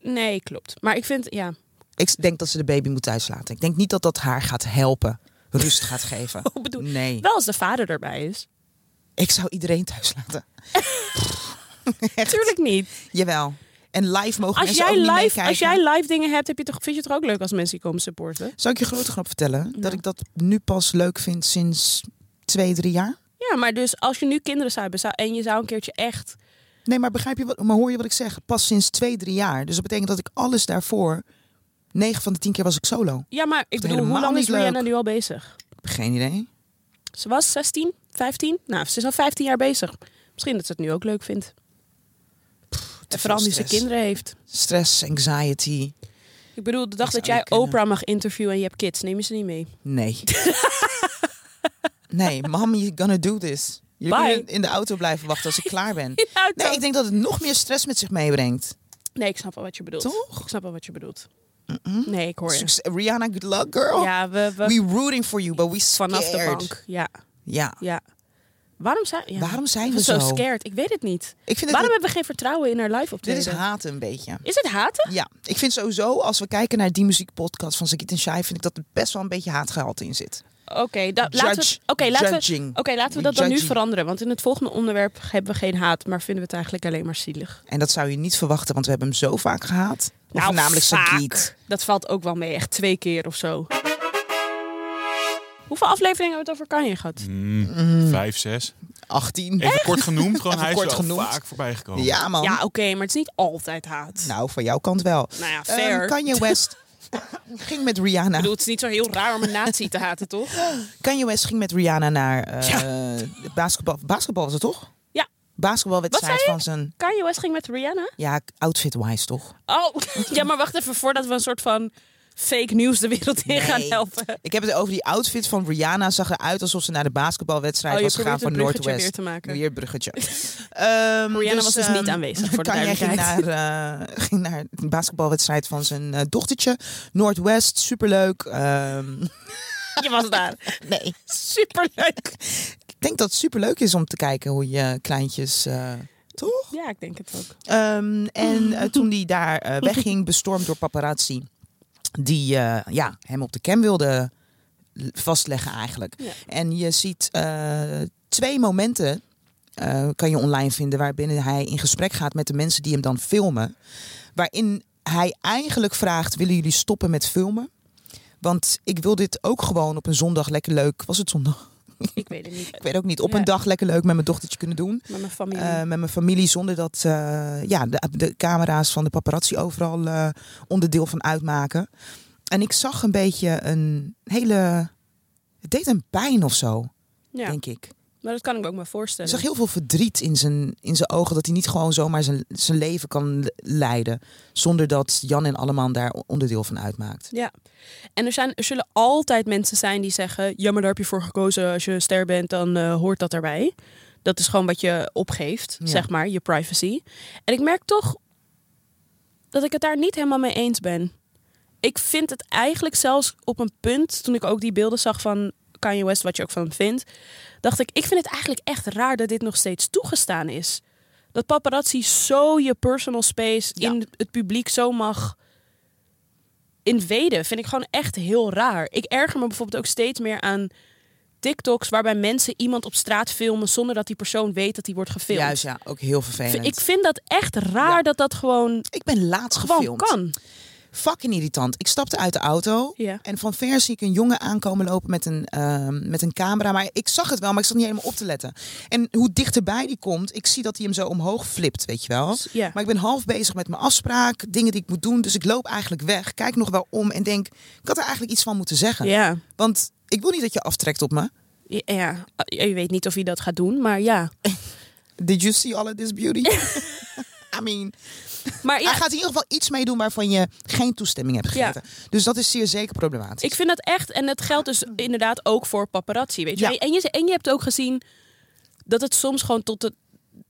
Speaker 2: Nee, klopt. Maar ik vind, ja.
Speaker 1: Ik denk dat ze de baby moet thuislaten. Ik denk niet dat dat haar gaat helpen. Rust gaat geven.
Speaker 2: Ik bedoel,
Speaker 1: Nee.
Speaker 2: Wel als de vader erbij is.
Speaker 1: Ik zou iedereen thuis laten.
Speaker 2: Tuurlijk niet.
Speaker 1: Jawel. En live mogen
Speaker 2: Als
Speaker 1: mensen ook
Speaker 2: jij,
Speaker 1: niet
Speaker 2: live,
Speaker 1: meekijken.
Speaker 2: als jij live dingen hebt, heb je toch, vind je het toch ook leuk als mensen die komen supporten?
Speaker 1: Zou ik je grote grap vertellen? Dat
Speaker 2: Nou.
Speaker 1: ik dat nu pas leuk vind sinds twee, drie jaar?
Speaker 2: Ja, maar dus als je nu kinderen zou hebben zou- en je zou een keertje echt...
Speaker 1: Nee, maar begrijp je wat, maar hoor je wat ik zeg? Pas sinds twee, drie jaar. Dus dat betekent dat ik alles daarvoor... Negen van de tien keer was ik solo.
Speaker 2: Ja, maar ik
Speaker 1: toch
Speaker 2: bedoel, hoe
Speaker 1: helemaal
Speaker 2: lang is
Speaker 1: niet leuk?
Speaker 2: Rihanna nu al bezig?
Speaker 1: Geen idee.
Speaker 2: Ze was 16, 15. Nou, ze is al 15 jaar bezig. Misschien dat ze het nu ook leuk vindt. en vooral nu ze
Speaker 1: stress.
Speaker 2: kinderen heeft.
Speaker 1: Stress, anxiety.
Speaker 2: Ik bedoel, de dag
Speaker 1: zou
Speaker 2: dat jij
Speaker 1: ook kunnen.
Speaker 2: Oprah mag interviewen en je hebt kids, neem je ze niet mee.
Speaker 1: Nee. nee, mom, you're gonna do this. Je
Speaker 2: Bye.
Speaker 1: kunt in de auto blijven wachten als ik klaar ben.
Speaker 2: Ja,
Speaker 1: Nee, ik denk dat het nog meer stress met zich meebrengt.
Speaker 2: nee, ik snap wel wat je bedoelt.
Speaker 1: Toch?
Speaker 2: Ik snap wel wat je bedoelt. Nee, ik hoor je.
Speaker 1: Succes- Rihanna, good luck, girl.
Speaker 2: Ja, we, we
Speaker 1: We rooting for you, but we scared.
Speaker 2: vanaf de bank. Ja,
Speaker 1: Ja.
Speaker 2: ja. Waarom zijn, ja.
Speaker 1: Waarom zijn we
Speaker 2: zo
Speaker 1: zo?
Speaker 2: scared? Ik weet het niet.
Speaker 1: Ik vind dat
Speaker 2: Waarom
Speaker 1: dit,
Speaker 2: hebben we geen vertrouwen in haar live
Speaker 1: dit
Speaker 2: optreden?
Speaker 1: is haten een beetje.
Speaker 2: Is het haten?
Speaker 1: Ja, ik vind sowieso, als we kijken naar die muziekpodcast van Sakit en Shai, vind ik dat er best wel een beetje haatgehalte in zit.
Speaker 2: Oké, da- laten we,
Speaker 1: Judge-
Speaker 2: oké, laten we,
Speaker 1: judging.
Speaker 2: oké, laten we
Speaker 1: We
Speaker 2: dat dan nu
Speaker 1: judging.
Speaker 2: veranderen. Want in het volgende onderwerp hebben we geen haat, maar vinden we het eigenlijk alleen maar zielig.
Speaker 1: En dat zou je niet verwachten, want we hebben hem zo vaak gehaat. Of voornamelijk
Speaker 2: Nou, vaak.
Speaker 1: Sakit.
Speaker 2: Dat valt ook wel mee, echt twee keer of zo. Hoeveel afleveringen hebben we het over Kanye gehad?
Speaker 3: Mm, Vijf, zes.
Speaker 1: 18.
Speaker 3: Even kort genoemd. Gewoon,
Speaker 1: Hmm. Even
Speaker 3: hij is
Speaker 1: kort
Speaker 3: wel
Speaker 1: genoemd.
Speaker 3: vaak voorbij gekomen.
Speaker 1: Ja, man.
Speaker 2: Ja, oké, maar het is niet altijd haat. Nou,
Speaker 1: Nou, van jouw kant wel.
Speaker 2: ja,
Speaker 1: Kan
Speaker 2: fair.
Speaker 1: Kanye West ging met Rihanna.
Speaker 2: Ik bedoel, het is niet zo heel raar om een nazi te haten, toch?
Speaker 1: Kanye West ging met Rihanna naar eh,
Speaker 2: Ja.
Speaker 1: de basketbal. Basketbal was het toch?
Speaker 2: Ja. Wat
Speaker 1: Basketbalwedstrijd
Speaker 2: zei
Speaker 1: van zijn
Speaker 2: Kanye West ging met Rihanna?
Speaker 1: ja, outfit-wise toch?
Speaker 2: Oh, ja, maar wacht even voordat we een soort van fake news de wereld in gaan
Speaker 1: Nee.
Speaker 2: helpen. Oh,
Speaker 1: Ik heb het over die outfit van Rihanna. Zag eruit alsof ze naar de basketbalwedstrijd
Speaker 2: Oh, je
Speaker 1: was gegaan
Speaker 2: probeert
Speaker 1: van
Speaker 2: een bruggetje weer
Speaker 1: Noordwest.
Speaker 2: te maken.
Speaker 1: Weer een bruggetje. Ehm,
Speaker 2: Rihanna was dus
Speaker 1: ehm,
Speaker 2: niet aanwezig, voor de
Speaker 1: Kanye ging naar,
Speaker 2: duidelijkheid.
Speaker 1: eh, ging naar een basketbalwedstrijd van zijn eh, dochtertje. Noordwest, superleuk. Ehm,
Speaker 2: Je was daar.
Speaker 1: nee.
Speaker 2: Superleuk.
Speaker 1: Ik denk dat het superleuk is om te kijken hoe je kleintjes... eh, toch?
Speaker 2: Ja, ik denk het ook.
Speaker 1: Ehm, en eh, toen die daar eh, wegging, bestormd door paparazzi. Die eh, ja, hem op de cam wilden l- vastleggen eigenlijk.
Speaker 2: Ja.
Speaker 1: En je ziet eh, twee momenten, eh, kan je online vinden, waarbinnen hij in gesprek gaat met de mensen die hem dan filmen. Waarin hij eigenlijk vraagt, willen jullie stoppen met filmen? Want ik wil dit ook gewoon op een zondag lekker leuk. Was het zondag?
Speaker 2: Ik weet het niet.
Speaker 1: Ik weet ook niet. Op
Speaker 2: Ja.
Speaker 1: een dag lekker leuk met mijn dochtertje kunnen doen.
Speaker 2: Met mijn familie.
Speaker 1: Eh, met mijn familie zonder dat eh, ja, de, de camera's van de paparazzi overal eh, onderdeel van uitmaken. En ik zag een beetje een hele. Het deed hem pijn of zo,
Speaker 2: ja,
Speaker 1: denk ik.
Speaker 2: maar dat kan ik me ook maar
Speaker 1: Ik
Speaker 2: voorstellen.
Speaker 1: zag heel veel verdriet in zijn, in zijn ogen. Dat hij niet gewoon zomaar zijn, zijn leven kan le- leiden. Zonder dat Jan en Alleman daar onderdeel van uitmaakt.
Speaker 2: Ja. En er, zijn, er zullen altijd mensen zijn die zeggen: Ja, maar daar heb je voor gekozen. Als je een ster bent, dan eh, hoort dat erbij. Dat is gewoon wat je opgeeft,
Speaker 1: Ja.
Speaker 2: zeg maar, je privacy. En ik merk toch dat ik het daar niet helemaal mee eens ben. Ik vind het eigenlijk zelfs op een punt, toen ik ook die beelden zag van Kanye West, wat je ook van hem vindt, dacht ik: Ik vind het eigenlijk echt raar dat dit nog steeds toegestaan is. Dat paparazzi zo je personal space
Speaker 1: Ja.
Speaker 2: in het publiek zo mag in Weden vind ik gewoon echt heel raar. Ik erger me bijvoorbeeld ook steeds meer aan TikToks waarbij mensen iemand op straat filmen zonder dat die persoon weet dat die wordt gefilmd.
Speaker 1: Juist, ja, ook heel vervelend.
Speaker 2: Ik vind dat echt raar
Speaker 1: Ja.
Speaker 2: dat dat gewoon,
Speaker 1: Ik ben laatst
Speaker 2: gewoon
Speaker 1: gefilmd.
Speaker 2: kan.
Speaker 1: Fucking irritant. Ik stapte uit de auto.
Speaker 2: Ja.
Speaker 1: En van ver zie ik een jongen aankomen lopen met een, ehm, met een camera. Maar ik zag het wel, maar ik zat niet helemaal op te letten. En hoe dichterbij die komt, ik zie dat hij hem zo omhoog flipt, weet je wel.
Speaker 2: Ja.
Speaker 1: Maar ik ben half bezig met mijn afspraak, dingen die ik moet doen. Dus ik loop eigenlijk weg, kijk nog wel om en denk, ik had er eigenlijk iets van moeten zeggen.
Speaker 2: Ja.
Speaker 1: Want ik wil niet dat je aftrekt op me.
Speaker 2: Ja, ja. Je weet niet of hij dat gaat doen, maar ja.
Speaker 1: Did you see all of this beauty? I mean,
Speaker 2: Maar ja,
Speaker 1: hij gaat in ieder geval iets mee doen waarvan je geen toestemming hebt
Speaker 2: Ja.
Speaker 1: gegeven. Dus dat is zeer zeker problematisch.
Speaker 2: ik vind dat echt, en dat geldt dus inderdaad ook voor paparazzi, weet je.
Speaker 1: Ja.
Speaker 2: En- En, je. en je hebt ook gezien dat het soms gewoon tot het,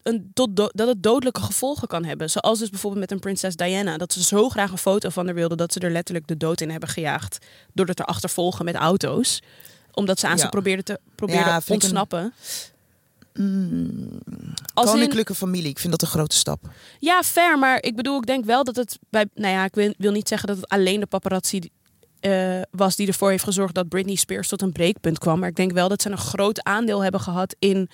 Speaker 2: een, tot do- dat het dodelijke gevolgen kan hebben. Zoals dus bijvoorbeeld met een prinses Diana, dat ze zo graag een foto van haar wilden dat ze er letterlijk de dood in hebben gejaagd door het te achtervolgen met auto's omdat ze aan ze
Speaker 1: Ja.
Speaker 2: probeerde te probeerde
Speaker 1: Ja, vind ik een-
Speaker 2: ontsnappen.
Speaker 1: Mm,
Speaker 2: Als in-
Speaker 1: koninklijke familie, ik vind dat een grote stap.
Speaker 2: Ja, fair. Maar ik bedoel, ik denk wel dat het bij. Nou ja, ik wil, wil niet zeggen dat het alleen de paparazzi eh, was die ervoor heeft gezorgd dat Britney Spears tot een breekpunt kwam. Maar ik denk wel dat ze een groot aandeel hebben gehad in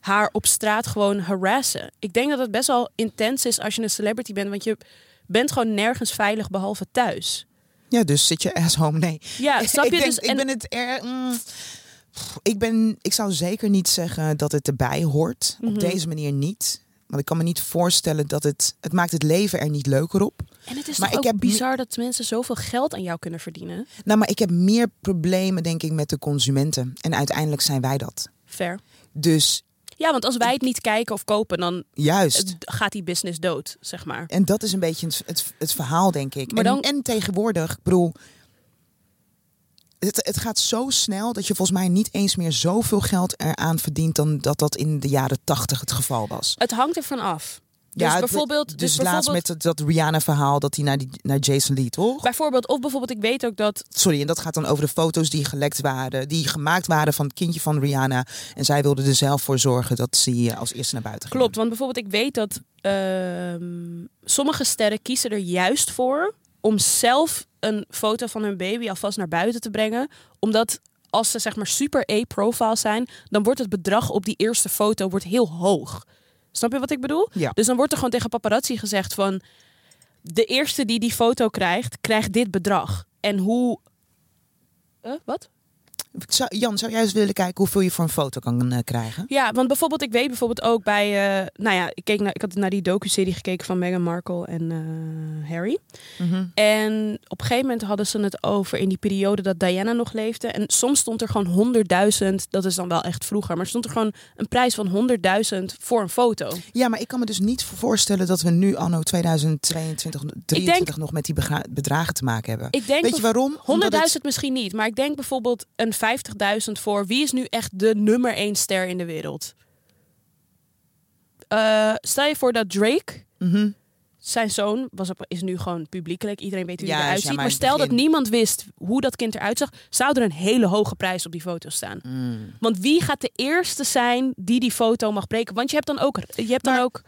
Speaker 2: haar op straat gewoon harassen. Ik denk dat het best wel intens is als je een celebrity bent, want je bent gewoon nergens veilig behalve thuis.
Speaker 1: Ja, dus zit je ass home. Nee.
Speaker 2: Ja, snap je
Speaker 1: ik, denk-
Speaker 2: dus?
Speaker 1: ik
Speaker 2: en-
Speaker 1: ben het er. mm, pff, ik, ben, ik zou zeker niet zeggen dat het erbij hoort.
Speaker 2: Mhm.
Speaker 1: Op deze manier niet. Want ik kan me niet voorstellen dat het. Het maakt het leven er niet leuker op.
Speaker 2: en het is
Speaker 1: maar
Speaker 2: toch
Speaker 1: ik
Speaker 2: ook
Speaker 1: heb ni-
Speaker 2: bizar dat mensen zoveel geld aan jou kunnen verdienen.
Speaker 1: Nou, maar ik heb meer problemen, denk ik, met de consumenten. En uiteindelijk zijn wij dat.
Speaker 2: Fair.
Speaker 1: Dus
Speaker 2: Ja, want als wij het niet kijken of kopen, dan eh,
Speaker 1: juist.
Speaker 2: gaat die business dood, zeg maar.
Speaker 1: En dat is een beetje het, het, het verhaal, denk ik.
Speaker 2: Maar dan-
Speaker 1: en, en tegenwoordig, ik bedoel. Het, het gaat zo snel dat je volgens mij niet eens meer zoveel geld eraan verdient dan dat dat in de jaren tachtig het geval was.
Speaker 2: Het hangt ervan af. Dus
Speaker 1: het-
Speaker 2: bijvoorbeeld,
Speaker 1: Dus,
Speaker 2: dus
Speaker 1: laatst
Speaker 2: bijvoorbeeld,
Speaker 1: met dat, dat Rihanna-verhaal dat hij naar, die, naar Jason Lee, toch?
Speaker 2: bijvoorbeeld, of bijvoorbeeld, ik weet ook dat.
Speaker 1: Sorry, en dat gaat dan over de foto's die gelekt waren, die gemaakt waren van het kindje van Rihanna. En zij wilde er zelf voor zorgen dat ze eh, als eerste naar buiten ging.
Speaker 2: Klopt, want bijvoorbeeld, ik weet dat ehm, sommige sterren kiezen er juist voor om zelf een foto van hun baby alvast naar buiten te brengen. Omdat als ze zeg maar super E-profile zijn, dan wordt het bedrag op die eerste foto wordt heel hoog. Snap je wat ik bedoel?
Speaker 1: Ja.
Speaker 2: Dus dan wordt er gewoon tegen paparazzi gezegd van... de eerste die die foto krijgt, krijgt dit bedrag. En hoe... Eh, wat?
Speaker 1: Ik zou- Jan, zou jij eens willen kijken hoeveel je voor een foto kan eh, krijgen?
Speaker 2: Ja, want bijvoorbeeld, ik weet bijvoorbeeld ook bij. eh, nou ja, ik, keek naar, ik had naar die docu-serie gekeken van Meghan Markle en eh, Harry. En op een gegeven moment hadden ze het over in die periode dat Diana nog leefde. En soms stond er gewoon 100.000, dat is dan wel echt vroeger, maar stond er gewoon een prijs van 100.000 voor een foto.
Speaker 1: Ja, maar ik kan me dus niet voorstellen dat we nu anno 2022, 2023 nog met die begra- bedragen te maken hebben.
Speaker 2: Ik denk
Speaker 1: Weet je waarom? Omdat
Speaker 2: 100.000
Speaker 1: het-
Speaker 2: misschien niet, maar ik denk bijvoorbeeld een 50.000 voor wie is nu echt de nummer één ster in de wereld? Eh, stel je voor dat Drake
Speaker 1: Mhm.
Speaker 2: zijn zoon was op, is nu gewoon publiekelijk. Iedereen weet hoe hij
Speaker 1: Ja,
Speaker 2: eruit
Speaker 1: ja,
Speaker 2: ziet.
Speaker 1: maar
Speaker 2: Maar,
Speaker 1: in het
Speaker 2: stel dat
Speaker 1: begin-
Speaker 2: niemand wist hoe dat kind eruit zag, zou er een hele hoge prijs op die foto staan.
Speaker 1: Mm.
Speaker 2: Want wie gaat de eerste zijn die die foto mag breken? Want je hebt dan ook, je hebt dan ook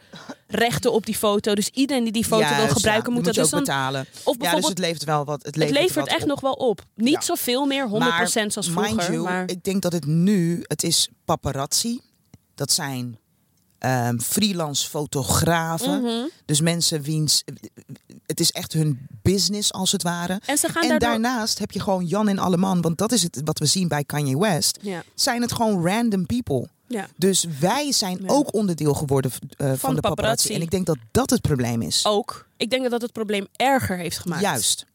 Speaker 2: rechten op die foto. Dus iedereen die die foto wil
Speaker 1: Juist,
Speaker 2: gebruiken
Speaker 1: ja,
Speaker 2: moet
Speaker 1: dan
Speaker 2: dat dus
Speaker 1: je ook
Speaker 2: dan.
Speaker 1: betalen.
Speaker 2: Of
Speaker 1: Ja, dus
Speaker 2: bijvoorbeeld,
Speaker 1: het levert wel wat. Het
Speaker 2: het
Speaker 1: levert,
Speaker 2: levert,
Speaker 1: wat
Speaker 2: echt
Speaker 1: op.
Speaker 2: nog wel op. Niet
Speaker 1: Ja.
Speaker 2: zoveel meer, 100% zoals vroeger.
Speaker 1: Mind you,
Speaker 2: maar
Speaker 1: ik denk dat het nu, het is paparazzi. Dat zijn ehm, freelance fotografen.
Speaker 2: Mhm.
Speaker 1: Dus mensen wiens, het is echt hun business als het ware.
Speaker 2: En ze gaan
Speaker 1: En
Speaker 2: daardoor.
Speaker 1: daarnaast heb je gewoon Jan en Alleman, want dat is het wat we zien bij Kanye West.
Speaker 2: Ja,
Speaker 1: Zijn het gewoon random people.
Speaker 2: ja.
Speaker 1: Dus wij zijn
Speaker 2: Ja.
Speaker 1: ook onderdeel geworden eh, van,
Speaker 2: Van
Speaker 1: de
Speaker 2: paparazzi. Oh,
Speaker 1: paparazzi. En ik denk dat dat het probleem is.
Speaker 2: Ook. Ik denk dat dat het probleem erger heeft gemaakt. E-
Speaker 1: Juist.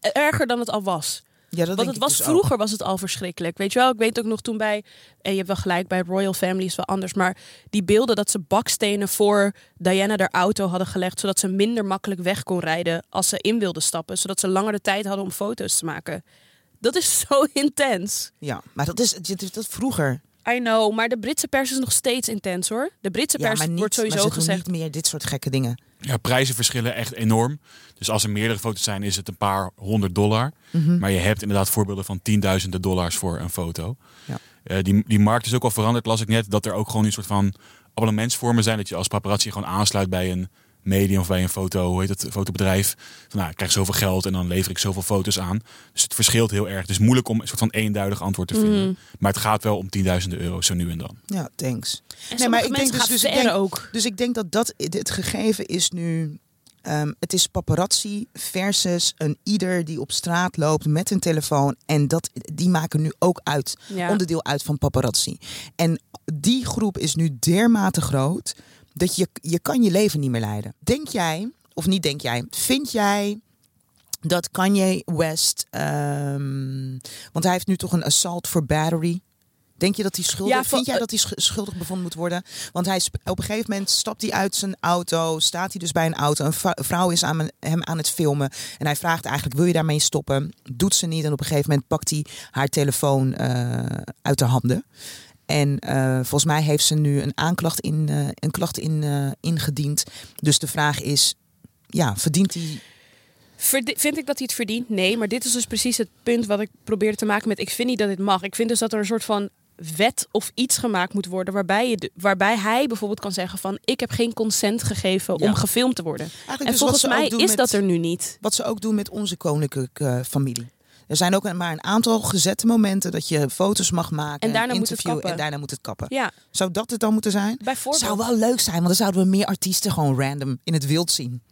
Speaker 2: Erger dan het al was.
Speaker 1: Ja, dat denk
Speaker 2: Want het
Speaker 1: ik
Speaker 2: was
Speaker 1: dus ook.
Speaker 2: vroeger was het al verschrikkelijk. Weet je wel, ik weet ook nog toen bij. En je hebt wel gelijk, bij Royal Family is wel anders. Maar die beelden dat ze bakstenen voor Diana haar auto hadden gelegd. Zodat ze minder makkelijk weg kon rijden als ze in wilde stappen. Zodat ze langer de tijd hadden om foto's te maken. Dat is zo intens.
Speaker 1: Ja, maar dat is, dat, is- dat vroeger.
Speaker 2: I know, maar de Britse pers is nog steeds intens hoor. De Britse
Speaker 1: Ja,
Speaker 2: pers
Speaker 1: maar niet,
Speaker 2: wordt
Speaker 1: maar
Speaker 2: sowieso
Speaker 1: ze doen
Speaker 2: gezegd.
Speaker 1: niet meer dit soort gekke dingen.
Speaker 3: Ja, prijzen verschillen echt enorm. Dus als er meerdere foto's zijn, is het een paar honderd dollar. Maar je hebt inderdaad voorbeelden van tienduizenden dollars voor een foto.
Speaker 1: Ja.
Speaker 3: Eh, die, die markt is ook al veranderd, las ik net. Dat er ook gewoon een soort van abonnementsvormen zijn. Dat je als paparazzi gewoon aansluit bij een medium of bij een foto, hoe heet het, fotobedrijf. Van, nou, ik krijg zoveel geld en dan lever ik zoveel foto's aan. Dus het verschilt heel erg. Het is moeilijk om een soort van eenduidig antwoord te vinden.
Speaker 2: Mm.
Speaker 3: Maar het gaat wel om tienduizenden euro, zo nu en dan.
Speaker 1: Ja, thanks. Nee,
Speaker 2: En
Speaker 1: maar
Speaker 2: sommige
Speaker 1: ik denk
Speaker 2: mensen
Speaker 1: dus-
Speaker 2: gaan
Speaker 1: dus ik
Speaker 2: ver
Speaker 1: denk-
Speaker 2: ook.
Speaker 1: Dus ik denk dat dat het gegeven is nu. ehm, het is paparazzi versus een ieder die op straat loopt met een telefoon. En dat, die maken nu ook uit,
Speaker 2: Ja.
Speaker 1: onderdeel uit van paparazzi. En die groep is nu dermate groot dat je, je kan je leven niet meer leiden. Denk jij, of niet denk jij, vind jij dat Kanye West, ehm, want hij heeft nu toch een assault for battery. Denk je dat hij schuldig?
Speaker 2: Ja,
Speaker 1: vind
Speaker 2: van- eh,
Speaker 1: jij dat hij sch- schuldig bevonden moet worden? Want hij sp- op een gegeven moment stapt hij uit zijn auto, staat hij dus bij een auto. Een vrou- vrouw is aan hem- hem aan het filmen en hij vraagt eigenlijk: wil je daarmee stoppen? Doet ze niet en op een gegeven moment pakt hij haar telefoon eh, uit haar handen. En eh, volgens mij heeft ze nu een aanklacht in, eh, een klacht in, eh, ingediend. Dus de vraag is: ja, verdient hij
Speaker 2: Verdi- vind ik dat hij het verdient? Nee, maar dit is dus precies het punt wat ik probeer te maken met ik vind niet dat dit mag. Ik vind dus dat er een soort van wet of iets gemaakt moet worden waarbij, je de- waarbij hij bijvoorbeeld kan zeggen van ik heb geen consent gegeven
Speaker 1: Ja.
Speaker 2: om gefilmd te worden.
Speaker 1: Eigenlijk
Speaker 2: en
Speaker 1: dus
Speaker 2: volgens
Speaker 1: wat ze
Speaker 2: mij
Speaker 1: ook doen
Speaker 2: is
Speaker 1: met-
Speaker 2: dat er nu niet.
Speaker 1: Wat ze ook doen met onze koninklijke eh, familie. Er zijn ook maar een aantal gezette momenten dat je foto's mag maken.
Speaker 2: En daarna
Speaker 1: een
Speaker 2: moet het
Speaker 1: interview,
Speaker 2: kappen.
Speaker 1: En daarna moet het kappen.
Speaker 2: Ja,
Speaker 1: Zou dat het dan moeten zijn?
Speaker 2: bijvoorbeeld.
Speaker 1: Zou wel leuk zijn, want dan zouden we meer artiesten gewoon random in het wild zien.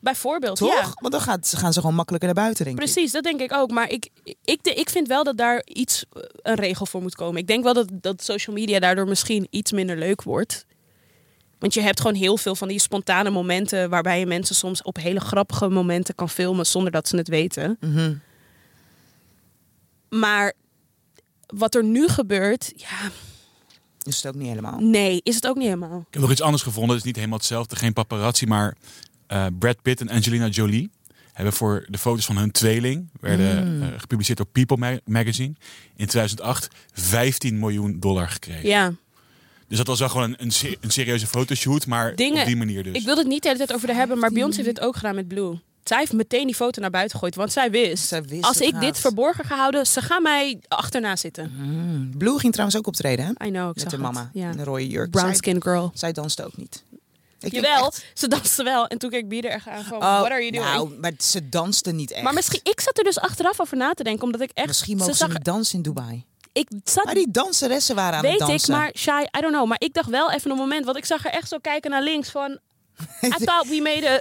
Speaker 2: Bijvoorbeeld,
Speaker 1: Toch?
Speaker 2: ja.
Speaker 1: Want dan gaat, gaan ze gewoon makkelijker naar buiten, denk ik.
Speaker 2: Precies, dat denk ik ook. Maar ik, ik, ik vind wel dat daar iets, eh, een regel voor moet komen. Ik denk wel dat, dat social media daardoor misschien iets minder leuk wordt. Want je hebt gewoon heel veel van die spontane momenten waarbij je mensen soms op hele grappige momenten kan filmen zonder dat ze het weten.
Speaker 1: Mhm.
Speaker 2: Maar wat er nu gebeurt, ja,
Speaker 1: Is het ook niet helemaal.
Speaker 2: nee, is het ook niet helemaal.
Speaker 3: Ik heb nog iets anders gevonden. Het is niet helemaal hetzelfde. Geen paparazzi, maar eh, Brad Pitt en Angelina Jolie hebben voor de foto's van hun tweeling werden
Speaker 2: Hmm.
Speaker 3: eh, gepubliceerd door People Ma- Magazine in 2008 15 miljoen dollar gekregen.
Speaker 2: Ja.
Speaker 3: Dus dat was wel gewoon een, een, se- een serieuze fotoshoot, maar
Speaker 2: Dingen-
Speaker 3: op die manier dus.
Speaker 2: Ik wil het niet de hele tijd over de hebben, maar Beyoncé heeft dit ook gedaan met Blue. Zij heeft meteen die foto naar buiten gegooid, want zij wist,
Speaker 1: Zij wist
Speaker 2: als
Speaker 1: het
Speaker 2: ik
Speaker 1: haast.
Speaker 2: dit verborgen ga houden, ze gaan mij achterna zitten.
Speaker 1: Mm. Blue ging trouwens ook optreden, hè?
Speaker 2: I know, ik
Speaker 1: Met
Speaker 2: zag
Speaker 1: de
Speaker 2: het.
Speaker 1: mama
Speaker 2: Ja.
Speaker 1: in een rode jurk.
Speaker 2: Brown
Speaker 1: Zij-
Speaker 2: skin girl.
Speaker 1: Zij danste ook niet. Ik denk
Speaker 2: Jawel,
Speaker 1: echt-
Speaker 2: ze danste wel. En toen keek Bieder echt aan van,
Speaker 1: Oh,
Speaker 2: what are you doing?
Speaker 1: Nou, maar ze danste niet echt.
Speaker 2: maar misschien, ik zat er dus achteraf over na te denken, omdat ik echt...
Speaker 1: Misschien mogen ze,
Speaker 2: zag,
Speaker 1: niet dansen in Dubai.
Speaker 2: Ik zat,
Speaker 1: Maar die danseressen waren aan het
Speaker 2: weet ik,
Speaker 1: dansen.
Speaker 2: maar shy, I don't know. Maar ik dacht wel even een moment, want ik zag er echt zo kijken naar links van... I thought we made a,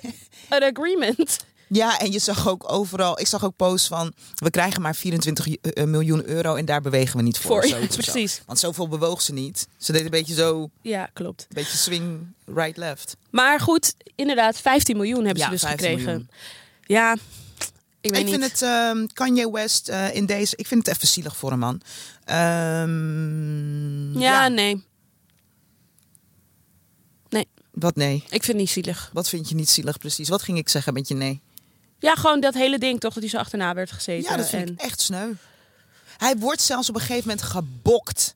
Speaker 2: an agreement.
Speaker 1: Ja, en je zag ook overal. Ik zag ook posts van. We krijgen maar 24 ju- eh, miljoen euro en daar bewegen we niet voor.
Speaker 2: Voor,
Speaker 1: of
Speaker 2: ja,
Speaker 1: zoiets of zo.
Speaker 2: precies.
Speaker 1: Want zoveel bewoog ze niet. Ze deed een beetje zo. Een
Speaker 2: Ja, klopt.
Speaker 1: beetje swing, right, left.
Speaker 2: Maar goed, inderdaad, 15 miljoen hebben
Speaker 1: Ja,
Speaker 2: ze dus
Speaker 1: 15
Speaker 2: gekregen.
Speaker 1: miljoen.
Speaker 2: Ja, ik weet
Speaker 1: Ik
Speaker 2: niet.
Speaker 1: vind het ehm, Kanye West eh, in deze. Ik vind het even zielig voor een man. Ehm,
Speaker 2: ja,
Speaker 1: ja,
Speaker 2: nee.
Speaker 1: Wat nee?
Speaker 2: Ik vind het niet zielig.
Speaker 1: Wat vind je niet zielig precies? Wat ging ik zeggen met je nee?
Speaker 2: Ja, gewoon dat hele ding toch, dat hij zo achterna werd gezeten.
Speaker 1: Ja, dat vind
Speaker 2: en...
Speaker 1: ik echt sneu. Hij wordt zelfs op een gegeven moment gebokt.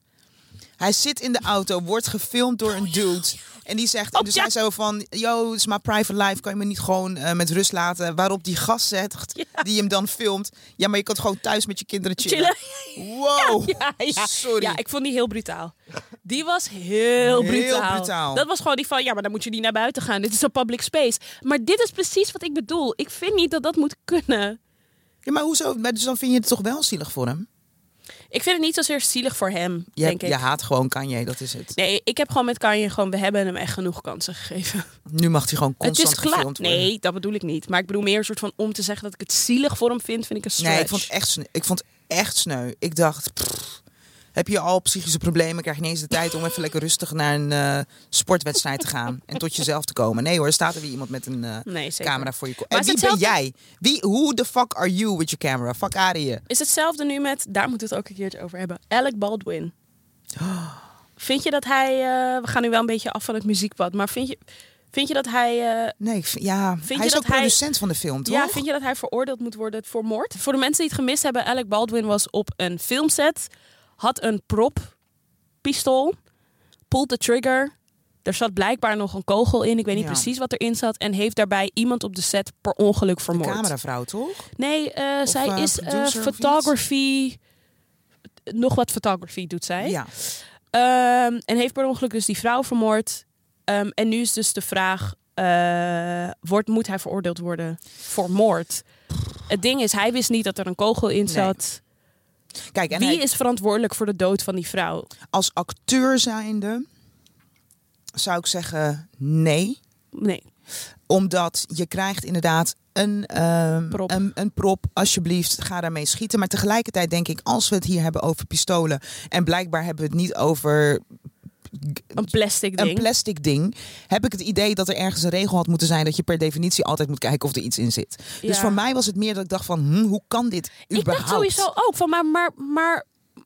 Speaker 1: Hij zit in de auto, wordt gefilmd door een dude. En die zegt, en dus
Speaker 2: Oh, ja.
Speaker 1: hij zo van, yo, het is mijn private life, kan je me niet gewoon eh, met rust laten? Waarop die gast zegt, die hem dan filmt, ja, maar je kan gewoon thuis met je kinderen chillen. Wow,
Speaker 2: Ja, ja.
Speaker 1: sorry.
Speaker 2: Ja, ik vond die heel brutaal. Die was heel
Speaker 1: Heel
Speaker 2: brutaal.
Speaker 1: brutaal.
Speaker 2: Dat was gewoon die van, ja, maar dan moet je niet naar buiten gaan. Dit is een public space. Maar dit is precies wat ik bedoel. Ik vind niet dat dat moet kunnen.
Speaker 1: Ja, maar hoezo? Maar dus dan vind je het toch wel zielig voor hem?
Speaker 2: Ik vind het niet zozeer zielig voor hem,
Speaker 1: Je,
Speaker 2: denk ik.
Speaker 1: je haat gewoon Kanye, dat is het.
Speaker 2: Nee, ik heb gewoon met Kanye gewoon, we hebben hem echt genoeg kansen gegeven.
Speaker 1: Nu mag hij gewoon constant
Speaker 2: het is glad.
Speaker 1: gefilmd worden.
Speaker 2: Nee, dat bedoel ik niet. Maar ik bedoel meer een soort van om te zeggen dat ik het zielig voor hem vind, vind ik een stretch.
Speaker 1: Nee, ik vond het echt sneu. Ik vond het echt sneu. Ik dacht, pff, heb je al psychische problemen? Krijg je niet eens de tijd om even lekker rustig naar een eh, sportwedstrijd te gaan en tot jezelf te komen? Nee hoor, staat er weer iemand met een eh,
Speaker 2: Nee, Mm, zeker.
Speaker 1: camera voor je. ko-
Speaker 2: Maar
Speaker 1: En
Speaker 2: het
Speaker 1: wie
Speaker 2: is
Speaker 1: ben jij? Wie? Who the fuck are you with your camera? Fuck out of here.
Speaker 2: Is hetzelfde nu met, daar moeten we het ook een keertje over hebben, Alec Baldwin. Vind je dat hij, eh, we gaan nu wel een beetje af van het muziekpad, maar vind je, vind je dat hij, eh,
Speaker 1: Nee, ik vind- ja,
Speaker 2: je
Speaker 1: hij is
Speaker 2: dat
Speaker 1: ook
Speaker 2: hij-
Speaker 1: producent van de film, toch?
Speaker 2: ja, vind je dat hij veroordeeld moet worden voor moord? Voor de mensen die het gemist hebben, Alec Baldwin was op een filmset, had een prop pistool, pulled the trigger. Er zat blijkbaar nog een kogel in, ik weet niet
Speaker 1: Ja.
Speaker 2: precies wat erin zat, en heeft daarbij iemand op de set per ongeluk
Speaker 1: de
Speaker 2: vermoord.
Speaker 1: cameravrouw, toch?
Speaker 2: Nee, eh, zij
Speaker 1: eh,
Speaker 2: is eh,
Speaker 1: producer of iets?
Speaker 2: photography. Nog wat photography doet zij.
Speaker 1: Ja.
Speaker 2: Ehm, en heeft per ongeluk dus die vrouw vermoord. Ehm, en nu is dus de vraag: eh, eh, wordt, moet hij veroordeeld worden voor moord. Het ding is, hij wist niet dat er een kogel in zat.
Speaker 1: Kijk, en
Speaker 2: Wie
Speaker 1: hij-
Speaker 2: is verantwoordelijk voor de dood van die vrouw?
Speaker 1: als acteur zijnde zou ik zeggen nee.
Speaker 2: Nee,
Speaker 1: Omdat je krijgt inderdaad een, ehm,
Speaker 2: Prop.
Speaker 1: Een, een prop. Alsjeblieft, ga daarmee schieten. Maar tegelijkertijd denk ik, als we het hier hebben over pistolen... en blijkbaar hebben we het niet over
Speaker 2: een plastic ding.
Speaker 1: een plastic ding... heb ik het idee dat er ergens een regel had moeten zijn... dat je per definitie altijd moet kijken of er iets in zit. Dus
Speaker 2: Ja.
Speaker 1: voor mij was het meer dat ik dacht van... hm, hoe kan dit
Speaker 2: Ik
Speaker 1: überhaupt?
Speaker 2: dacht sowieso ook van, maar, maar, maar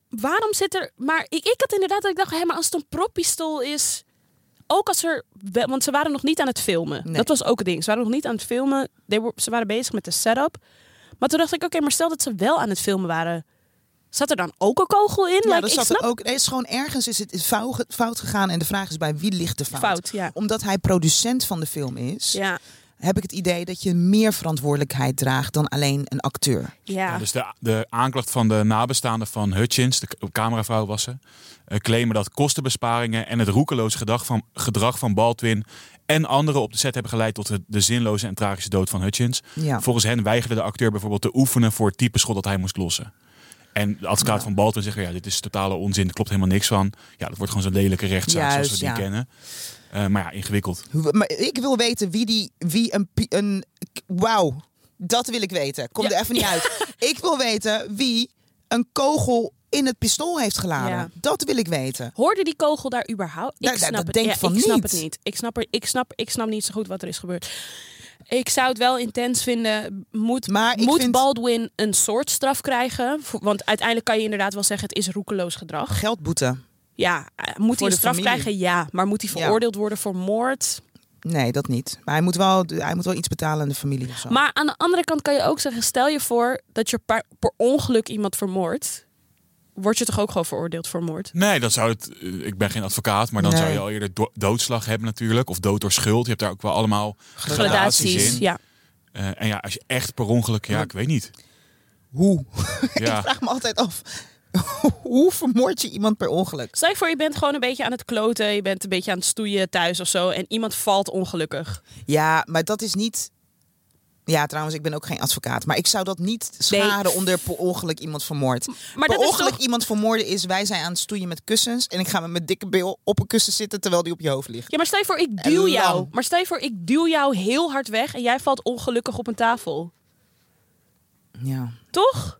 Speaker 2: waarom zit er... Maar ik, ik had inderdaad dat ik dacht, hé, maar als het een proppistool is... Ook als er... wel- Want ze waren nog niet aan het filmen.
Speaker 1: Nee.
Speaker 2: Dat was ook het ding. Ze waren nog niet aan het filmen. They were- ze waren bezig met de setup. Maar toen dacht ik, oké, maar stel dat ze wel aan het filmen waren... Zat er dan ook een kogel in?
Speaker 1: Ja,
Speaker 2: Like,
Speaker 1: dat
Speaker 2: ik
Speaker 1: zat
Speaker 2: snap
Speaker 1: er ook. Er is gewoon ergens is het is fout, fout gegaan. En de vraag is bij wie ligt de
Speaker 2: fout.
Speaker 1: fout?
Speaker 2: ja.
Speaker 1: Omdat hij producent van de film is,
Speaker 2: Ja,
Speaker 1: heb ik het idee dat je meer verantwoordelijkheid draagt dan alleen een acteur.
Speaker 2: ja.
Speaker 3: Ja, dus de, de aanklacht van de nabestaanden van Hutchins, de k- cameravrouw was ze, eh, claimen dat kostenbesparingen en het roekeloos gedrag van, gedrag van Baldwin en anderen op de set hebben geleid tot de, de zinloze en tragische dood van Hutchins.
Speaker 1: Ja.
Speaker 3: Volgens hen weigerde de acteur bijvoorbeeld te oefenen voor het type schot dat hij moest lossen. En de advocaat van Baldwin zegt, ja, dit is totale onzin, er klopt helemaal niks van. Ja, dat wordt gewoon zo'n lelijke rechtszaak
Speaker 1: Juist,
Speaker 3: zoals we die
Speaker 1: ja.
Speaker 3: kennen. Eh, maar ja, ingewikkeld.
Speaker 1: Hoe- Maar ik wil weten wie die, wie een, pi- een wauw, dat wil ik weten. Komt
Speaker 2: Ja.
Speaker 1: er even niet uit. Ik wil weten wie een kogel in het pistool heeft geladen.
Speaker 2: Ja.
Speaker 1: Dat wil ik weten.
Speaker 2: Hoorde die kogel daar überhaupt? Ik
Speaker 1: Nou,
Speaker 2: snap
Speaker 1: dat
Speaker 2: het,
Speaker 1: denk
Speaker 2: ja,
Speaker 1: ik van
Speaker 2: ik snap
Speaker 1: niet.
Speaker 2: het niet. Ik snap, er, ik, snap, ik snap niet zo goed wat er is gebeurd. Ik zou het wel intens vinden. Moet,
Speaker 1: Maar ik
Speaker 2: moet
Speaker 1: vind-
Speaker 2: Baldwin een soort straf krijgen? Voor- Want uiteindelijk kan je inderdaad wel zeggen: het is roekeloos gedrag.
Speaker 1: Geldboete.
Speaker 2: Ja, eh, moet hij een
Speaker 1: de
Speaker 2: straf
Speaker 1: familie.
Speaker 2: krijgen? Ja. Maar moet hij
Speaker 1: Ja.
Speaker 2: veroordeeld worden voor moord?
Speaker 1: Nee, dat niet. Maar hij moet wel, hij moet wel iets betalen aan de familie of zo.
Speaker 2: Maar aan de andere kant kan je ook zeggen: stel je voor dat je per, per ongeluk iemand vermoordt. Word je toch ook gewoon veroordeeld voor moord?
Speaker 3: Nee, dan zou het. eh, Ik ben geen advocaat, maar dan
Speaker 1: Nee.
Speaker 3: zou je al eerder do- doodslag hebben natuurlijk. Of dood door schuld. Je hebt daar ook wel allemaal gradaties, in.
Speaker 2: Ja.
Speaker 3: Eh, en ja, als je echt per ongeluk. Ja, ik weet niet.
Speaker 1: Hoe? ik
Speaker 3: Ja.
Speaker 1: vraag me altijd af. Hoe vermoord je iemand per ongeluk?
Speaker 2: Stel je voor, je bent gewoon een beetje aan het kloten. Je bent een beetje aan het stoeien thuis of zo. En iemand valt ongelukkig.
Speaker 1: Ja, maar dat is niet. Ja, trouwens, ik ben ook geen advocaat. Maar ik zou dat niet scharen onder per ongeluk iemand vermoord.
Speaker 2: Maar
Speaker 1: per
Speaker 2: dat
Speaker 1: ongeluk
Speaker 2: is toch...
Speaker 1: iemand vermoorden is, wij zijn aan het stoeien met kussens. En ik ga met mijn dikke bil op een kussen zitten terwijl die op je hoofd ligt.
Speaker 2: Ja, maar stel je voor, ik
Speaker 1: En
Speaker 2: duw
Speaker 1: lam.
Speaker 2: jou. Maar stel je voor, ik duw jou heel hard weg. En jij valt ongelukkig op een tafel.
Speaker 1: Ja,
Speaker 2: Toch?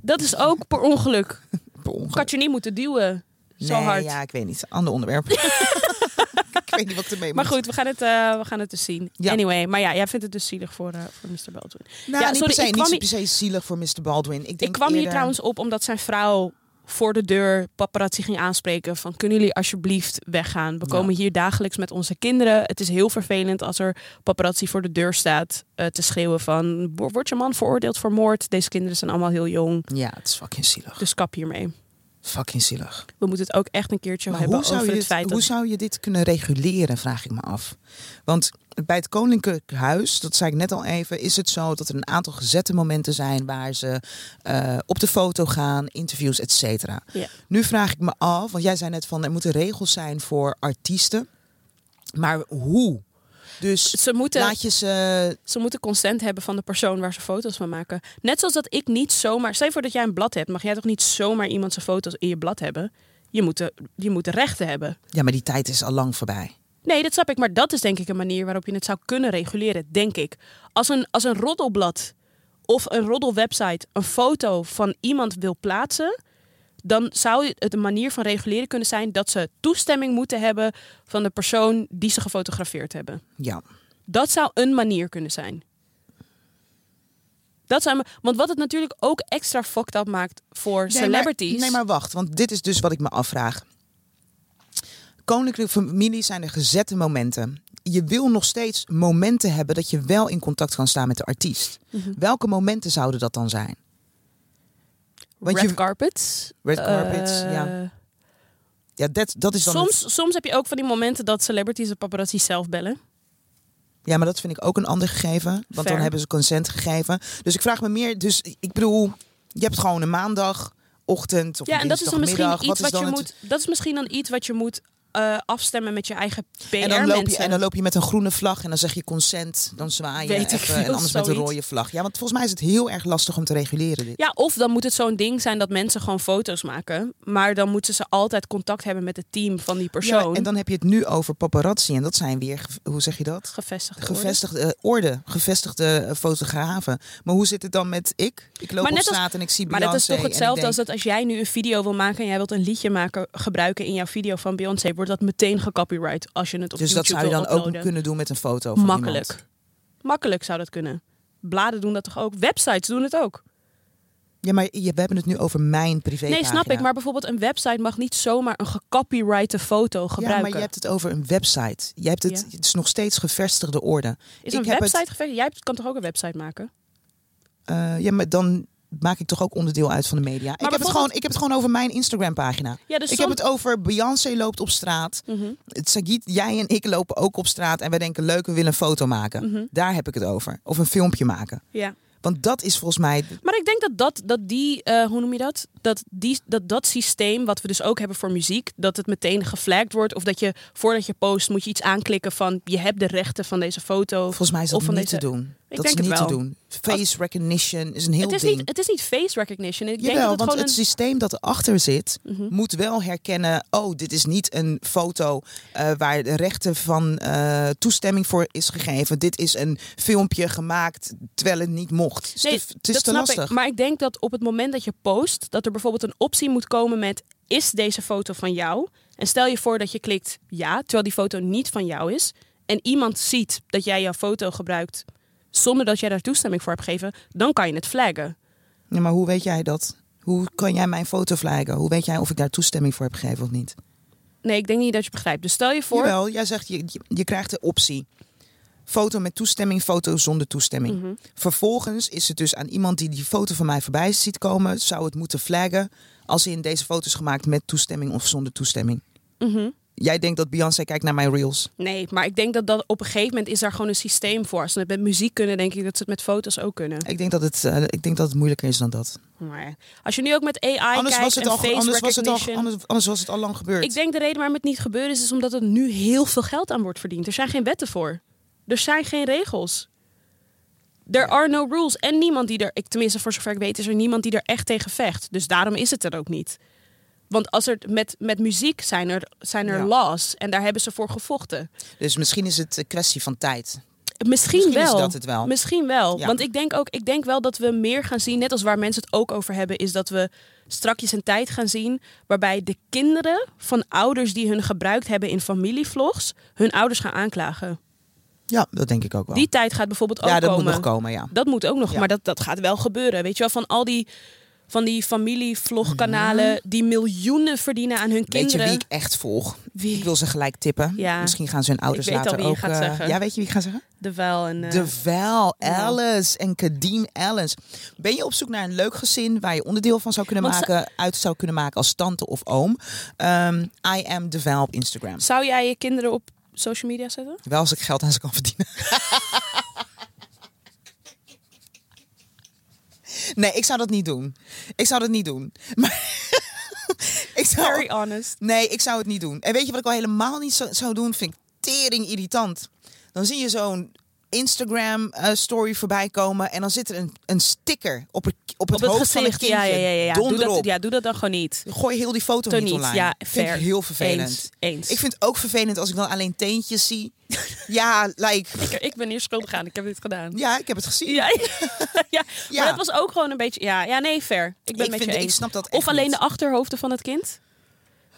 Speaker 2: Dat is ook per ongeluk.
Speaker 1: per ongeluk.
Speaker 2: Ik had je niet moeten duwen. Zo
Speaker 1: Nee,
Speaker 2: hard.
Speaker 1: Ja, ik weet niet. Ander onderwerp. ik weet niet wat ik ermee
Speaker 2: Maar
Speaker 1: moet.
Speaker 2: goed, we gaan het, eh, we gaan het dus zien.
Speaker 1: Ja.
Speaker 2: Anyway, maar ja, jij vindt het dus zielig voor, eh, voor Mr. Baldwin.
Speaker 1: Nou,
Speaker 2: ja,
Speaker 1: niet,
Speaker 2: sorry,
Speaker 1: per se,
Speaker 2: ik kwam
Speaker 1: niet
Speaker 2: hier-
Speaker 1: per se zielig voor Mr. Baldwin. Ik, denk
Speaker 2: Ik kwam hier
Speaker 1: eerder-
Speaker 2: trouwens op omdat zijn vrouw voor de deur paparazzi ging aanspreken van kunnen jullie alsjeblieft weggaan. We
Speaker 1: Ja.
Speaker 2: komen hier dagelijks met onze kinderen. Het is heel vervelend als er paparazzi voor de deur staat eh, te schreeuwen van "Wo- wordt je man veroordeeld voor moord? Deze kinderen zijn allemaal heel jong.
Speaker 1: Ja, het is fucking zielig.
Speaker 2: Dus kap hiermee.
Speaker 1: Fucking zielig.
Speaker 2: We moeten het ook echt een keertje
Speaker 1: Maar
Speaker 2: hebben
Speaker 1: hoe zou,
Speaker 2: over
Speaker 1: je
Speaker 2: het
Speaker 1: dit,
Speaker 2: feit
Speaker 1: hoe
Speaker 2: dat...
Speaker 1: zou je dit kunnen reguleren, vraag ik me af. Want bij het Koninklijk Huis, dat zei ik net al even, is het zo dat er een aantal gezette momenten zijn waar ze eh, op de foto gaan, interviews, et cetera.
Speaker 2: Ja.
Speaker 1: Nu vraag ik me af, want jij zei net van er moeten regels zijn voor artiesten. Maar hoe? Dus
Speaker 2: Ze moeten,
Speaker 1: laat je ze.
Speaker 2: ze moeten consent hebben van de persoon waar ze foto's van maken. Net zoals dat ik niet zomaar... Stel je voor dat jij een blad hebt. Mag jij toch niet zomaar iemand zijn foto's in je blad hebben? Je moet de, je moet de rechten hebben.
Speaker 1: Ja, maar die tijd is al lang voorbij.
Speaker 2: Nee, dat snap ik. Maar dat is denk ik een manier waarop je het zou kunnen reguleren, denk ik. Als een, als een roddelblad of een roddelwebsite een foto van iemand wil plaatsen... dan zou het een manier van reguleren kunnen zijn... dat ze toestemming moeten hebben van de persoon die ze gefotografeerd hebben.
Speaker 1: Ja.
Speaker 2: Dat zou een manier kunnen zijn. Dat zou, want wat het natuurlijk ook extra fucked up maakt voor celebrities...
Speaker 1: Maar, nee, maar wacht, want dit is dus wat ik me afvraag. Koninklijke familie zijn er gezette momenten. Je wil nog steeds momenten hebben dat je wel in contact kan staan met de artiest.
Speaker 2: Mhm.
Speaker 1: Welke momenten zouden dat dan zijn? Want
Speaker 2: red
Speaker 1: je-
Speaker 2: carpets.
Speaker 1: Red carpets,
Speaker 2: eh,
Speaker 1: ja. Ja, dat, dat is dan. een-
Speaker 2: Soms, soms heb je ook van die momenten dat celebrities de paparazzi zelf bellen.
Speaker 1: ja, maar dat vind ik ook een ander gegeven. Want
Speaker 2: Fair.
Speaker 1: dan hebben ze consent gegeven. Dus ik vraag me meer. Dus ik bedoel, je hebt gewoon een maandagochtend of
Speaker 2: Ja, en dat is dan misschien
Speaker 1: dinsdagmiddag.
Speaker 2: iets wat,
Speaker 1: dan
Speaker 2: je
Speaker 1: het-
Speaker 2: moet. Dat is misschien dan iets wat je moet eh, eh, afstemmen met je eigen PR
Speaker 1: En dan, loop je,
Speaker 2: mensen.
Speaker 1: en dan loop je met een groene vlag en dan zeg je consent, dan zwaai je
Speaker 2: Weet ik
Speaker 1: even, en
Speaker 2: veel,
Speaker 1: anders met een
Speaker 2: zoiets.
Speaker 1: rode vlag. Ja, want volgens mij is het heel erg lastig om te reguleren dit.
Speaker 2: Ja, of dan moet het zo'n ding zijn dat mensen gewoon foto's maken. Maar dan moeten ze altijd contact hebben met het team van die persoon.
Speaker 1: Ja, en dan heb je het nu over paparazzi en dat zijn weer, ge- hoe zeg je dat?
Speaker 2: gevestigd worden.
Speaker 1: Gevestigde eh, orde, gevestigde eh, fotografen. Maar hoe zit het dan met ik? Ik loop
Speaker 2: Maar
Speaker 1: op
Speaker 2: net als-
Speaker 1: straat en ik zie
Speaker 2: Maar
Speaker 1: Beyoncé.
Speaker 2: dat is toch
Speaker 1: en ik
Speaker 2: hetzelfde
Speaker 1: denk-
Speaker 2: als dat als jij nu een video wil maken en jij wilt een liedje maken, gebruiken in jouw video van Beyoncé, wordt dat meteen gecopyright als je het op
Speaker 1: Dus
Speaker 2: YouTube
Speaker 1: dat zou je dan
Speaker 2: wil uploaden.
Speaker 1: ook kunnen doen met een foto van
Speaker 2: Makkelijk.
Speaker 1: iemand.
Speaker 2: Makkelijk zou dat kunnen. Bladen doen dat toch ook? Websites doen het ook.
Speaker 1: Ja, maar je, we hebben het nu over mijn privé.
Speaker 2: nee, snap ik. Maar bijvoorbeeld een website mag niet zomaar een gecopyrighte foto
Speaker 1: Ja,
Speaker 2: gebruiken.
Speaker 1: maar je hebt het over een website. Je hebt het,
Speaker 2: Ja.
Speaker 1: het is nog steeds gevestigde orde.
Speaker 2: Is
Speaker 1: ik heb
Speaker 2: een
Speaker 1: het-
Speaker 2: website gevestigd? Jij hebt- kan toch ook een website maken?
Speaker 1: Eh, ja, maar dan maak ik toch ook onderdeel uit van de media. ik, heb het
Speaker 2: bijvoorbeeld-
Speaker 1: gewoon, ik heb het gewoon over mijn Instagram pagina.
Speaker 2: Ja, dus
Speaker 1: ik
Speaker 2: som-
Speaker 1: heb het over Beyoncé loopt op straat.
Speaker 2: Mhm.
Speaker 1: Sagit, jij en ik lopen ook op straat en wij denken leuk, we willen een foto maken.
Speaker 2: Mhm.
Speaker 1: Daar heb ik het over. Of een filmpje maken.
Speaker 2: Ja.
Speaker 1: Want dat is volgens mij
Speaker 2: Maar ik denk dat dat, dat die, eh, hoe noem je dat? Dat, die, dat dat systeem wat we dus ook hebben voor muziek, dat het meteen geflagd wordt. Of dat je voordat je post moet je iets aanklikken van je hebt de rechten van deze foto.
Speaker 1: Volgens mij is dat
Speaker 2: Of van
Speaker 1: niet
Speaker 2: deze-
Speaker 1: te doen.
Speaker 2: Ik
Speaker 1: dat
Speaker 2: denk
Speaker 1: is
Speaker 2: het
Speaker 1: niet te
Speaker 2: wel.
Speaker 1: doen. Face recognition is een heel
Speaker 2: Het is,
Speaker 1: ding.
Speaker 2: niet, het is niet face recognition. Ik
Speaker 1: Jawel,
Speaker 2: denk dat het
Speaker 1: want
Speaker 2: gewoon
Speaker 1: het
Speaker 2: een...
Speaker 1: systeem dat erachter zit
Speaker 2: Mhm.
Speaker 1: moet wel herkennen... oh, dit is niet een foto eh, waar de rechten van eh, toestemming voor is gegeven. Dit is een filmpje gemaakt terwijl het niet mocht. Dus Het is
Speaker 2: Nee,
Speaker 1: te- het is
Speaker 2: dat
Speaker 1: te
Speaker 2: snap
Speaker 1: lastig.
Speaker 2: Ik. Maar ik denk dat op het moment dat je post, dat er bijvoorbeeld een optie moet komen met is deze foto van jou? En stel je voor dat je klikt ja, terwijl die foto niet van jou is. En iemand ziet dat jij jouw foto gebruikt zonder dat jij daar toestemming voor hebt gegeven, dan kan je het flaggen.
Speaker 1: Ja, maar hoe weet jij dat? Hoe kan jij mijn foto vlagen? Hoe weet jij of ik daar toestemming voor heb gegeven of niet?
Speaker 2: Nee, ik denk niet dat je begrijpt. Dus stel je voor.
Speaker 1: Jawel, jij zegt, je, je, je krijgt de optie. Foto met toestemming, foto zonder toestemming.
Speaker 2: Mhm.
Speaker 1: Vervolgens is het dus aan iemand die die foto van mij voorbij ziet komen... zou het moeten flaggen als in deze foto is gemaakt met toestemming of zonder toestemming.
Speaker 2: Mhm.
Speaker 1: Jij denkt dat Beyoncé kijkt naar mijn reels.
Speaker 2: Nee, maar ik denk dat, dat op een gegeven moment is daar gewoon een systeem voor. Als ze het met muziek kunnen, denk ik dat ze het met foto's ook kunnen.
Speaker 1: Ik denk dat het, eh, ik denk dat het moeilijker is dan dat.
Speaker 2: Maar als je nu ook met AI
Speaker 1: Anders
Speaker 2: kijkt
Speaker 1: was, het
Speaker 2: en
Speaker 1: al,
Speaker 2: face
Speaker 1: anders, was het al,
Speaker 2: recognition-
Speaker 1: anders, anders was het al lang gebeurd.
Speaker 2: Ik denk de reden waarom het niet gebeurt is, is omdat er nu heel veel geld aan wordt verdiend. Er zijn geen wetten voor. Er zijn geen regels. There are no rules. En niemand die er, ik, tenminste voor zover ik weet, is er niemand die er echt tegen vecht. Dus daarom is het er ook niet. Want als er, met, met muziek zijn er, zijn er
Speaker 1: Ja.
Speaker 2: laws en daar hebben ze voor gevochten.
Speaker 1: Dus misschien is het een kwestie van tijd.
Speaker 2: Misschien,
Speaker 1: Misschien is
Speaker 2: wel.
Speaker 1: dat het wel.
Speaker 2: Misschien wel.
Speaker 1: Ja.
Speaker 2: Want ik denk, ook, ik denk wel dat we meer gaan zien, net als waar mensen het ook over hebben, is dat we strakjes een tijd gaan zien waarbij de kinderen van ouders die hun gebruikt hebben in familievlogs, hun ouders gaan aanklagen.
Speaker 1: Ja, dat denk ik ook wel.
Speaker 2: Die tijd gaat bijvoorbeeld ook
Speaker 1: Oh. ja, dat
Speaker 2: komen.
Speaker 1: moet nog komen, ja.
Speaker 2: Dat moet ook nog,
Speaker 1: Ja.
Speaker 2: maar dat, dat gaat wel gebeuren. Weet je wel, van al die, van die familievlogkanalen die miljoenen verdienen aan hun
Speaker 1: Weet je
Speaker 2: kinderen.
Speaker 1: wie ik echt volg?
Speaker 2: Wie?
Speaker 1: Ik wil ze gelijk tippen.
Speaker 2: Ja.
Speaker 1: Misschien gaan ze hun ouders
Speaker 2: Ik weet al
Speaker 1: later
Speaker 2: wie je
Speaker 1: ook.
Speaker 2: gaat
Speaker 1: eh,
Speaker 2: zeggen.
Speaker 1: ja, weet je wie ik ga zeggen?
Speaker 2: De wel en... eh,
Speaker 1: De Val, Alice en Kadeem Alice. Ben je op zoek naar een leuk gezin waar je onderdeel van zou kunnen
Speaker 2: Want ze-
Speaker 1: maken, uit zou kunnen maken als tante of oom? Ehm, I am de Val op Instagram.
Speaker 2: Zou jij je kinderen op social media zetten?
Speaker 1: Wel als ik geld aan ze kan verdienen. Nee, ik zou dat niet doen. Ik zou dat niet doen. Maar ik zou,
Speaker 2: Very honest.
Speaker 1: Nee, ik zou het niet doen. En weet je wat ik al helemaal niet zo- zou doen? Vind ik tering irritant. Dan zie je zo'n Instagram eh, story voorbij komen en dan zit er een, een sticker op het, op het,
Speaker 2: op het
Speaker 1: hoofd
Speaker 2: gezicht.
Speaker 1: van een
Speaker 2: Ja,
Speaker 1: kindje.
Speaker 2: ja, ja, ja. Doe
Speaker 1: Donder
Speaker 2: dat,
Speaker 1: op.
Speaker 2: ja, doe dat dan gewoon niet.
Speaker 1: Gooi heel die foto
Speaker 2: Doe
Speaker 1: niet
Speaker 2: niet.
Speaker 1: online.
Speaker 2: Ja,
Speaker 1: vind
Speaker 2: fair.
Speaker 1: ik heel vervelend.
Speaker 2: Eens, eens.
Speaker 1: Ik vind het ook vervelend als ik dan alleen teentjes zie. ja, like,
Speaker 2: Ik, ik ben hier schuldig aan. Ik heb dit gedaan. Ja.
Speaker 1: ja, ik heb het gezien.
Speaker 2: Ja, ja.
Speaker 1: Ja.
Speaker 2: maar dat was ook gewoon een beetje... Ja, ja nee, fair. Ik ben
Speaker 1: Ik
Speaker 2: met
Speaker 1: vind-
Speaker 2: je
Speaker 1: ik
Speaker 2: eens.
Speaker 1: snap dat
Speaker 2: of
Speaker 1: echt
Speaker 2: alleen
Speaker 1: niet.
Speaker 2: de achterhoofden van het kind.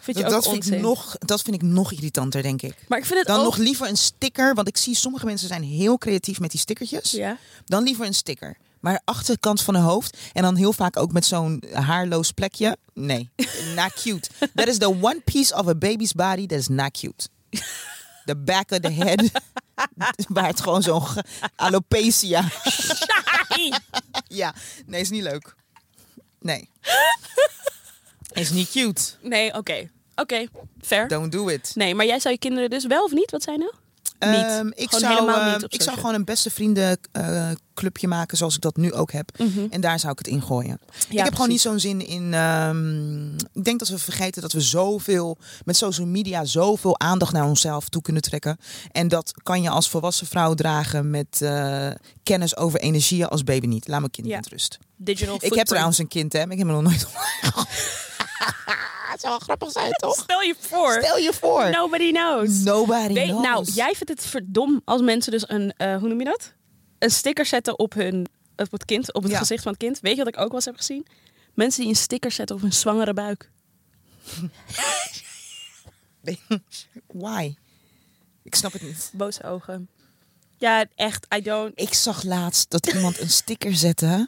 Speaker 2: Vind je
Speaker 1: dat,
Speaker 2: ook
Speaker 1: dat vind ik
Speaker 2: onzin. Oh.
Speaker 1: nog, dat vind ik nog irritanter, denk ik.
Speaker 2: Maar ik vind het
Speaker 1: Dan
Speaker 2: ook...
Speaker 1: nog liever een sticker, want ik zie sommige mensen zijn heel creatief met die stickertjes.
Speaker 2: Ja.
Speaker 1: Dan liever een sticker. Maar achterkant van een hoofd. En dan heel vaak ook met zo'n haarloos plekje. Nee, not cute. That is the one piece of a baby's body that is not cute. The back of the head. Waar het gewoon zo'n ge- alopecia.
Speaker 2: Ai.
Speaker 1: Ja, nee, is niet leuk. Nee. Is niet cute.
Speaker 2: Nee, oké. Oké, fair.
Speaker 1: Don't do it.
Speaker 2: Nee, maar jij zou je kinderen dus wel of niet? Wat zijn nou? Niet.
Speaker 1: Ehm, ik
Speaker 2: Gewoon
Speaker 1: zou,
Speaker 2: helemaal
Speaker 1: ehm,
Speaker 2: niet op
Speaker 1: ik zou
Speaker 2: social.
Speaker 1: gewoon een beste vrienden eh, clubje maken zoals ik dat nu ook heb.
Speaker 2: Mhm.
Speaker 1: En daar zou ik het in gooien. ik heb gewoon niet zo'n zin in. ehm, ik denk dat we vergeten dat we zoveel met social media zoveel aandacht naar onszelf toe kunnen trekken. En dat kan je als volwassen vrouw dragen met eh, kennis over energieën als baby niet. Laat mijn kind
Speaker 2: Ja.
Speaker 1: met rust.
Speaker 2: Digital
Speaker 1: Ik heb
Speaker 2: footprint.
Speaker 1: trouwens een kind, hè? maar Ik heb hem nog nooit online gehad. Het zou wel grappig zijn, toch?
Speaker 2: Stel je voor.
Speaker 1: Stel je voor.
Speaker 2: Nobody knows.
Speaker 1: Nobody
Speaker 2: Nou, Weet-
Speaker 1: knows.
Speaker 2: nou, jij vindt het verdom als mensen dus een, eh, hoe noem je dat? Een sticker zetten op hun, op het kind, op het
Speaker 1: Ja.
Speaker 2: gezicht van het kind. Weet je wat ik ook wel eens heb gezien? Mensen die een sticker zetten op hun zwangere buik.
Speaker 1: Why? Ik snap het niet.
Speaker 2: Boze ogen. Ja, echt, I don't.
Speaker 1: Ik zag laatst dat iemand een sticker zette.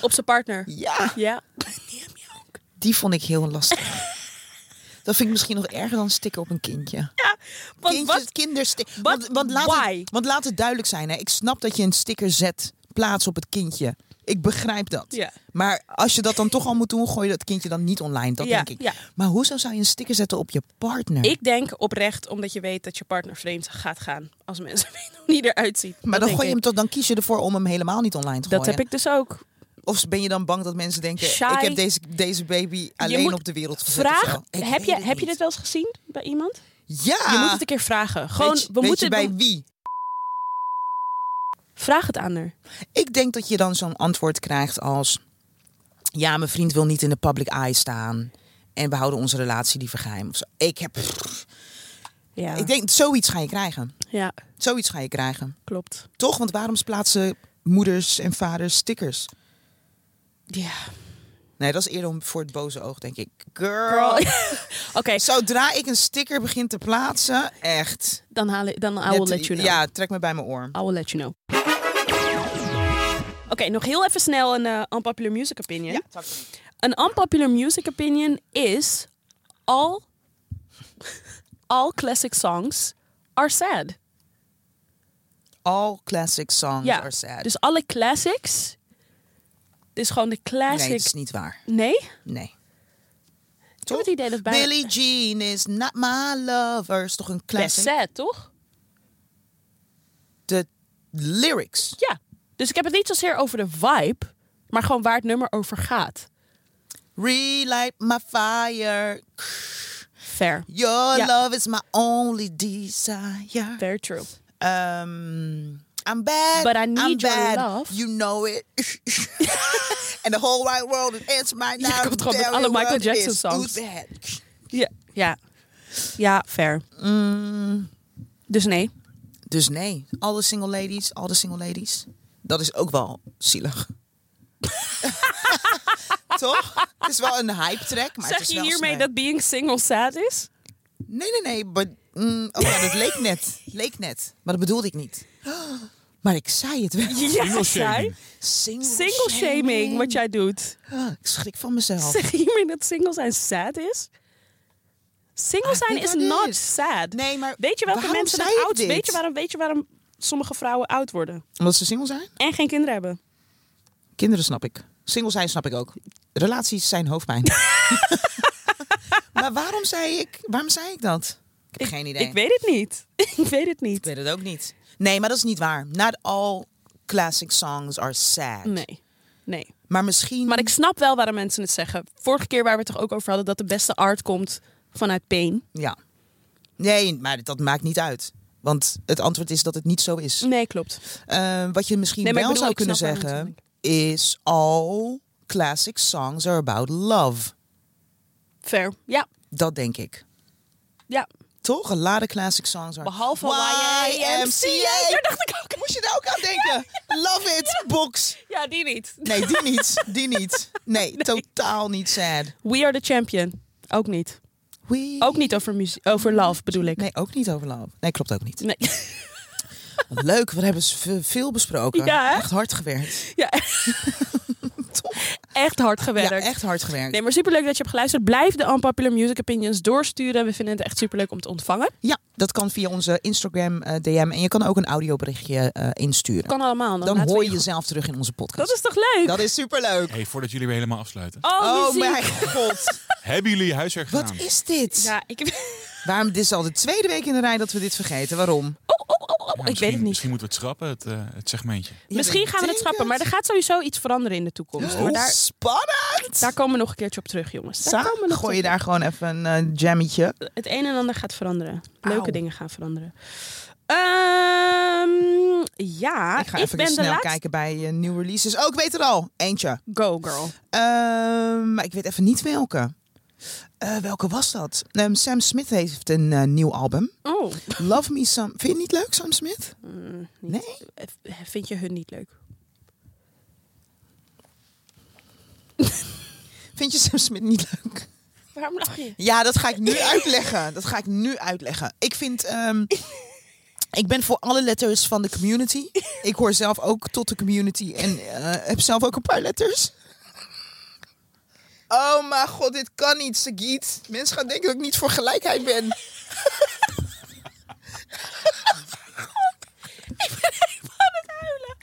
Speaker 2: Op zijn partner.
Speaker 1: Ja.
Speaker 2: Ja.
Speaker 1: Die vond ik heel lastig. Dat vind ik misschien nog erger dan stikken op een kindje.
Speaker 2: Want
Speaker 1: Kindjes,
Speaker 2: wat?
Speaker 1: kinderstick-
Speaker 2: wat-
Speaker 1: Want, want, laat
Speaker 2: why?
Speaker 1: het, want laat het duidelijk zijn. Hè. Ik snap dat je een sticker zet, plaats op het kindje. Ik begrijp dat.
Speaker 2: Ja.
Speaker 1: Maar als je dat dan toch al moet doen, gooi je dat kindje dan niet online. Dat
Speaker 2: Ja,
Speaker 1: denk ik.
Speaker 2: ja.
Speaker 1: Maar hoezo zou je een sticker zetten op je partner?
Speaker 2: Ik denk oprecht omdat je weet dat je partner vreemd gaat gaan. Als mensen weten hoe die eruit ziet.
Speaker 1: maar
Speaker 2: Dat
Speaker 1: dan,
Speaker 2: denk
Speaker 1: gooi je hem
Speaker 2: ik.
Speaker 1: toch, dan kies je ervoor om hem helemaal niet online te
Speaker 2: Dat
Speaker 1: gooien.
Speaker 2: heb ik dus ook.
Speaker 1: Of ben je dan bang dat mensen denken,
Speaker 2: Shy.
Speaker 1: ik heb deze, deze baby alleen
Speaker 2: moet-
Speaker 1: op de wereld gezet of
Speaker 2: Vraag,
Speaker 1: zo? Ik
Speaker 2: heb
Speaker 1: weet
Speaker 2: je,
Speaker 1: het
Speaker 2: heb je
Speaker 1: niet.
Speaker 2: dit wel eens gezien bij iemand?
Speaker 1: Ja!
Speaker 2: Je moet het een keer vragen. Gewoon,
Speaker 1: Weet je-
Speaker 2: we
Speaker 1: weet
Speaker 2: moeten
Speaker 1: je bij wie?
Speaker 2: Vraag het aan haar.
Speaker 1: Ik denk dat je dan zo'n antwoord krijgt als... Ja, mijn vriend wil niet in de public eye staan. En we houden onze relatie liever geheim. Of zo. Ik heb...
Speaker 2: Ja,
Speaker 1: Ik denk, zoiets ga je krijgen.
Speaker 2: ja
Speaker 1: Zoiets ga je krijgen.
Speaker 2: klopt.
Speaker 1: Toch? Want waarom plaatsen moeders en vaders stickers?
Speaker 2: Ja.
Speaker 1: Nee, dat is eerder om voor het boze oog, denk ik. Girl.
Speaker 2: Girl. Oké,
Speaker 1: Zodra ik een sticker begin te plaatsen, echt.
Speaker 2: dan, haal ik- dan I will
Speaker 1: Net-
Speaker 2: let you know.
Speaker 1: Ja, trek me bij mijn oor.
Speaker 2: I will let you know. Oké, nog heel even snel een eh, unpopular music opinion.
Speaker 1: Ja, tak.
Speaker 2: Een unpopular music opinion is... All, all classic songs are sad.
Speaker 1: All classic songs
Speaker 2: Ja,
Speaker 1: are sad.
Speaker 2: Dus alle classics... Dus gewoon de classic...
Speaker 1: nee, dat is niet waar.
Speaker 2: Nee?
Speaker 1: Nee.
Speaker 2: Ik heb het idee dat bij...
Speaker 1: Billie Jean is not my lover. Is toch een
Speaker 2: Best
Speaker 1: classic?
Speaker 2: sad, toch?
Speaker 1: De lyrics.
Speaker 2: Ja. Dus ik heb het niet zozeer over de vibe... maar gewoon waar het nummer over gaat.
Speaker 1: Relight my fire.
Speaker 2: Fair.
Speaker 1: Your
Speaker 2: Ja.
Speaker 1: love is my only desire.
Speaker 2: Very true.
Speaker 1: Um, I'm bad.
Speaker 2: But I need
Speaker 1: I'm
Speaker 2: your
Speaker 1: bad.
Speaker 2: love.
Speaker 1: You know it. And the whole wide world is against my now.
Speaker 2: komt gewoon met alle Michael Jackson songs. Ja. Ja, ja fair.
Speaker 1: Mm.
Speaker 2: Dus nee.
Speaker 1: Dus nee, alle single ladies, alle single ladies. Dat is ook wel zielig. Toch? Het is wel een hype track, maar het
Speaker 2: zeg
Speaker 1: is
Speaker 2: je
Speaker 1: wel
Speaker 2: hiermee
Speaker 1: sneu.
Speaker 2: dat being single sad is?
Speaker 1: Nee, nee, nee. But, mm, oh ja, dat leek net. Leek net. Maar dat bedoelde ik niet. Maar ik zei het wel.
Speaker 2: Ja, zij.
Speaker 3: shaming.
Speaker 1: Single,
Speaker 2: Single shaming, wat jij doet.
Speaker 1: Ah, ik schrik van mezelf.
Speaker 2: Zeg je hiermee dat single zijn sad is? Single
Speaker 1: I
Speaker 2: zijn
Speaker 1: think
Speaker 2: is
Speaker 1: that
Speaker 2: not
Speaker 1: is.
Speaker 2: sad.
Speaker 1: dus. Nee, maar
Speaker 2: Weet je welke
Speaker 1: waarom
Speaker 2: mensen
Speaker 1: zei
Speaker 2: dan
Speaker 1: ik
Speaker 2: oud
Speaker 1: dit?
Speaker 2: Weet je waarom? Weet je waarom sommige vrouwen oud worden
Speaker 1: Omdat ze single zijn?
Speaker 2: en geen kinderen hebben?
Speaker 1: Kinderen snap ik. Single zijn snap ik ook. Relaties zijn hoofdpijn. maar waarom zei ik, waarom zei ik dat? Ik heb geen idee.
Speaker 2: Ik weet het niet. ik weet het niet.
Speaker 1: Ik weet het ook niet. Nee, maar dat is niet waar. Not all classic songs are sad.
Speaker 2: Nee. Nee.
Speaker 1: Maar misschien...
Speaker 2: Maar ik snap wel waarom mensen het zeggen. Vorige keer waar we het toch ook over hadden dat de beste art komt vanuit pain.
Speaker 1: Ja. Nee, maar dat maakt niet uit. Want het antwoord is dat het niet zo is.
Speaker 2: Nee, klopt.
Speaker 1: Eh, wat je misschien
Speaker 2: Mm. Nee, maar ik
Speaker 1: wel
Speaker 2: bedoel,
Speaker 1: zou
Speaker 2: ik
Speaker 1: kunnen
Speaker 2: snap waar
Speaker 1: zeggen...
Speaker 2: je naartoe
Speaker 1: is all classic songs are about love.
Speaker 2: Fair. Ja,
Speaker 1: Dat denk ik.
Speaker 2: ja.
Speaker 1: Toch? Een lade classic songs are...
Speaker 2: Behalve YMCA.
Speaker 1: YMCA.
Speaker 2: Daar dacht ik ook.
Speaker 1: Moest je daar ook aan denken? Love it, box.
Speaker 2: Ja, die niet.
Speaker 1: Nee, die niet. Die niet. Nee, totaal niet sad.
Speaker 2: We are the champion. Ook niet.
Speaker 1: We...
Speaker 2: Ook niet over, muzie- over love bedoel ik.
Speaker 1: Nee, ook niet over love. Nee, klopt ook niet.
Speaker 2: Nee.
Speaker 1: Leuk, we hebben ze ve- veel besproken.
Speaker 2: Ja, hè?
Speaker 1: Echt hard gewerkt.
Speaker 2: Ja. echt hard gewerkt.
Speaker 1: Ja, echt hard gewerkt.
Speaker 2: Nee, maar superleuk dat je hebt geluisterd. Blijf de Unpopular Music Opinions doorsturen. We vinden het echt superleuk om te ontvangen.
Speaker 1: Ja, dat kan via onze Instagram eh, DM. En je kan ook een audioberichtje eh, insturen.
Speaker 2: Kan allemaal. Dan,
Speaker 1: Dan
Speaker 2: laten we
Speaker 1: hoor je jezelf terug in onze podcast.
Speaker 2: Dat is toch leuk?
Speaker 1: Dat is superleuk.
Speaker 3: Hey, voordat jullie weer helemaal afsluiten.
Speaker 2: Oh,
Speaker 1: Oh
Speaker 2: muziek.
Speaker 1: mijn god. Oh,
Speaker 3: Hebben jullie huiswerk gedaan?
Speaker 1: Wat is dit?
Speaker 2: Ja, ik heb...
Speaker 1: Waarom, dit is al de tweede week in de rij dat we dit vergeten. Waarom?
Speaker 2: Oh, oh, oh, oh. ik
Speaker 3: Ja,
Speaker 2: weet het
Speaker 3: misschien-
Speaker 2: niet.
Speaker 3: Misschien moeten we het schrappen, het, eh, het segmentje.
Speaker 1: Ja,
Speaker 2: Misschien
Speaker 1: ik
Speaker 2: gaan we het
Speaker 1: denk
Speaker 2: schrappen, maar er gaat sowieso iets veranderen in de toekomst.
Speaker 1: Oh,
Speaker 2: Maar daar,
Speaker 1: spannend!
Speaker 2: daar komen we nog een keertje op terug, jongens. Daar
Speaker 1: Sa,
Speaker 2: komen we nog
Speaker 1: gooi je
Speaker 2: op Ah,
Speaker 1: daar gewoon even een eh, jammetje.
Speaker 2: het een en ander gaat veranderen. Leuke
Speaker 1: Auw.
Speaker 2: dingen gaan veranderen. Ehm, ja,
Speaker 1: ik ga
Speaker 2: ik
Speaker 1: even
Speaker 2: ben de
Speaker 1: snel
Speaker 2: laatste.
Speaker 1: kijken bij eh, nieuwe releases. Oh, ik weet er al. Eentje.
Speaker 2: Go girl.
Speaker 1: Ehm, maar ik weet even niet welke. Eh, welke was dat? Ehm, Sam Smith heeft een eh, nieuw album.
Speaker 2: Oh.
Speaker 1: Love Me Sam. Vind je het niet leuk, Sam Smith?
Speaker 2: Mm, niet-
Speaker 1: Nee?
Speaker 2: Eh, Vind je hun niet leuk?
Speaker 1: Vind je Sam Smith niet leuk?
Speaker 2: Waarom lach je?
Speaker 1: Ja, dat ga ik nu uitleggen. Dat ga ik nu uitleggen. Ik vind. ehm, ik ben voor alle letters van de community. Ik hoor zelf ook tot de community en eh, heb zelf ook een paar letters. Oh mijn god, dit kan niet, Sagiet. Mensen gaan denken dat ik niet voor gelijkheid ben.
Speaker 2: Van het huilen.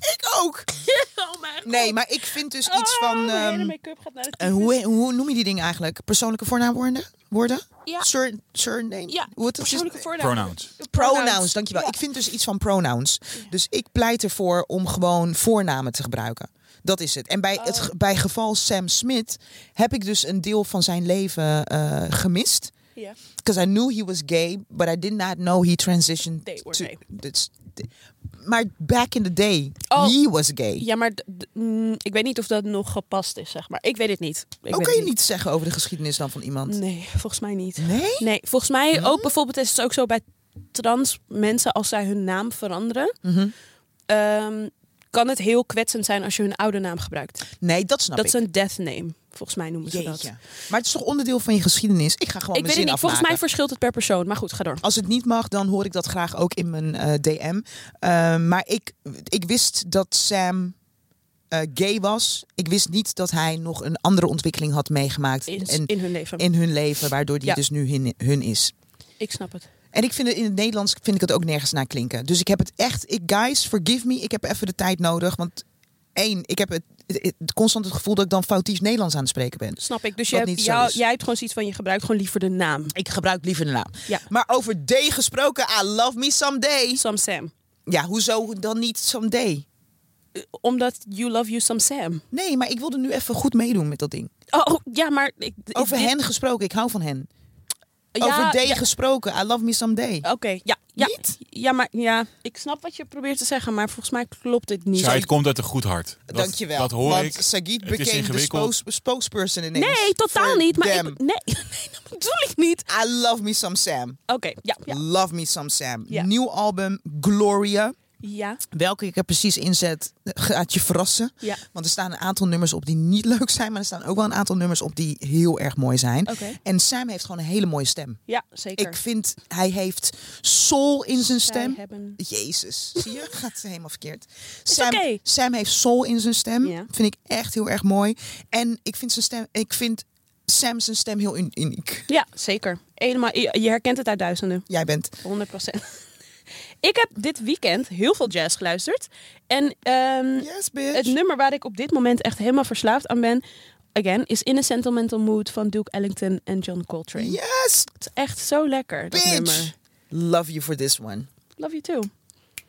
Speaker 1: Ik ook.
Speaker 2: Oh mijn god.
Speaker 1: Nee, maar ik vind dus iets van...
Speaker 2: Oh, mijn hele
Speaker 1: ehm,
Speaker 2: make-up gaat naar de
Speaker 1: eh, hoe, hoe noem je die dingen eigenlijk? Persoonlijke voornaamwoorden? Woorden?
Speaker 2: Ja.
Speaker 1: Sur, surname?
Speaker 2: Ja,
Speaker 1: Hoe het-
Speaker 2: persoonlijke voornaam.
Speaker 3: Pronouns.
Speaker 1: Pronouns, dankjewel.
Speaker 2: Ja.
Speaker 1: Ik vind dus iets van pronouns. Dus ik pleit ervoor om gewoon voornamen te gebruiken. Dat is het. En bij,
Speaker 2: Oh.
Speaker 1: het, ge- bij geval Sam Smith heb ik dus een deel van zijn leven eh, gemist.
Speaker 2: Ja.
Speaker 1: Because I knew he was gay, but I did not know he transitioned
Speaker 2: They were
Speaker 1: to...
Speaker 2: gay.
Speaker 1: That's- maar back in the day,
Speaker 2: Oh.
Speaker 1: he was gay.
Speaker 2: Ja, maar d- d- mm, ik weet niet of dat nog gepast is, zeg maar. Ik weet het niet. Ik
Speaker 1: Hoe
Speaker 2: weet
Speaker 1: kan je
Speaker 2: het
Speaker 1: niet zeggen over de geschiedenis dan van iemand?
Speaker 2: Nee, volgens mij niet.
Speaker 1: Nee?
Speaker 2: Nee, volgens mij ook bijvoorbeeld is het ook zo bij trans mensen als zij hun naam veranderen.
Speaker 1: Mhm.
Speaker 2: ehm, kan het heel kwetsend zijn als je hun oude naam gebruikt.
Speaker 1: Nee, dat snap
Speaker 2: dat
Speaker 1: ik.
Speaker 2: is een death name, volgens mij noemen ze dat.
Speaker 1: Jeetje. Maar het is toch onderdeel van je geschiedenis? Ik ga gewoon mijn
Speaker 2: Ik weet
Speaker 1: zin
Speaker 2: het niet, volgens
Speaker 1: afmaken.
Speaker 2: mij verschilt het per persoon. Maar goed, ga door.
Speaker 1: Als het niet mag, dan hoor ik dat graag ook in mijn eh, DM. Eh, maar ik, ik wist dat Sam eh, gay was. Ik wist niet dat hij nog een andere ontwikkeling had meegemaakt
Speaker 2: In,
Speaker 1: in,
Speaker 2: in hun leven.
Speaker 1: in hun leven, waardoor die
Speaker 2: Ja.
Speaker 1: dus nu hun, hun is.
Speaker 2: ik snap het.
Speaker 1: En ik vind het in het Nederlands vind ik het ook nergens naar klinken. Dus ik heb het echt. Ik, guys, forgive me. Ik heb even de tijd nodig. Want één, ik heb het, het, het constant het gevoel dat ik dan foutief Nederlands aan het spreken ben.
Speaker 2: Snap ik. Dus je
Speaker 1: Wat
Speaker 2: hebt,
Speaker 1: niet zo
Speaker 2: jou-
Speaker 1: is.
Speaker 2: jij hebt gewoon zoiets van, je gebruikt gewoon liever de naam.
Speaker 1: Ik gebruik liever de naam.
Speaker 2: Ja.
Speaker 1: Maar over D gesproken, I love me someday.
Speaker 2: Sam Sam.
Speaker 1: Ja, hoezo dan niet someday?
Speaker 2: Eh, Omdat you love you Sam Sam.
Speaker 1: Nee, maar ik wilde nu even goed meedoen met dat ding.
Speaker 2: Oh, ja, maar... Ik, ik-
Speaker 1: Over
Speaker 2: dit-
Speaker 1: hen gesproken, ik hou van hen.
Speaker 2: Ja,
Speaker 1: over D
Speaker 2: ja,
Speaker 1: gesproken, I love me someday.
Speaker 2: Oké, ja. Ja,
Speaker 1: Niet?
Speaker 2: ja, maar ja, ik snap wat je probeert te zeggen, maar volgens mij klopt het niet.
Speaker 3: Zij, het komt uit een goed hart. Dat,
Speaker 1: Dankjewel.
Speaker 3: Dat hoor
Speaker 1: want
Speaker 3: ik.
Speaker 1: Sagit
Speaker 3: Het is
Speaker 1: became de
Speaker 3: ingewikkeld.
Speaker 1: spokes- spokesperson in
Speaker 2: nee, totaal niet. Maar ik, nee,
Speaker 1: them.
Speaker 2: nee, dat bedoel ik niet.
Speaker 1: I love me some Sam.
Speaker 2: Oké, ja, ja,
Speaker 1: Love me some Sam.
Speaker 2: Ja.
Speaker 1: Nieuw album, Gloria.
Speaker 2: ja,
Speaker 1: Welke ik er precies inzet, gaat je verrassen.
Speaker 2: ja.
Speaker 1: Want er staan een aantal nummers op die niet leuk zijn. Maar er staan ook wel een aantal nummers op die heel erg mooi zijn.
Speaker 2: Oké.
Speaker 1: En Sam heeft gewoon een hele mooie stem.
Speaker 2: Ja, zeker.
Speaker 1: Ik vind, hij heeft soul in zijn
Speaker 2: Zij
Speaker 1: stem.
Speaker 2: hebben-
Speaker 1: Jezus, zie je? Gaat ze helemaal verkeerd. Sam,
Speaker 2: oké.
Speaker 1: Sam heeft soul in zijn stem.
Speaker 2: Ja.
Speaker 1: Vind ik echt heel erg mooi. En ik vind, zijn stem, ik vind Sam zijn stem heel un- uniek.
Speaker 2: Ja, zeker. Helemaal, je je herkent het uit duizenden.
Speaker 1: Jij bent...
Speaker 2: 100 Ik heb dit weekend heel veel jazz geluisterd. En ehm,
Speaker 1: Yes, bitch.
Speaker 2: het nummer waar ik op dit moment echt helemaal verslaafd aan ben... Again, is In a Sentimental Mood van Duke Ellington en John Coltrane.
Speaker 1: yes,
Speaker 2: Het is echt zo lekker, dat
Speaker 1: bitch.
Speaker 2: nummer.
Speaker 1: Love you for this one.
Speaker 2: Love you too.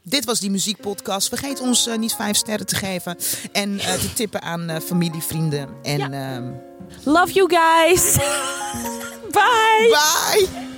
Speaker 1: Dit was die muziekpodcast. Vergeet ons eh, niet vijf sterren te geven. En eh, te tippen aan eh, familie, vrienden. En
Speaker 2: Ja.
Speaker 1: ehm,
Speaker 2: Love you guys. Bye.
Speaker 1: bye!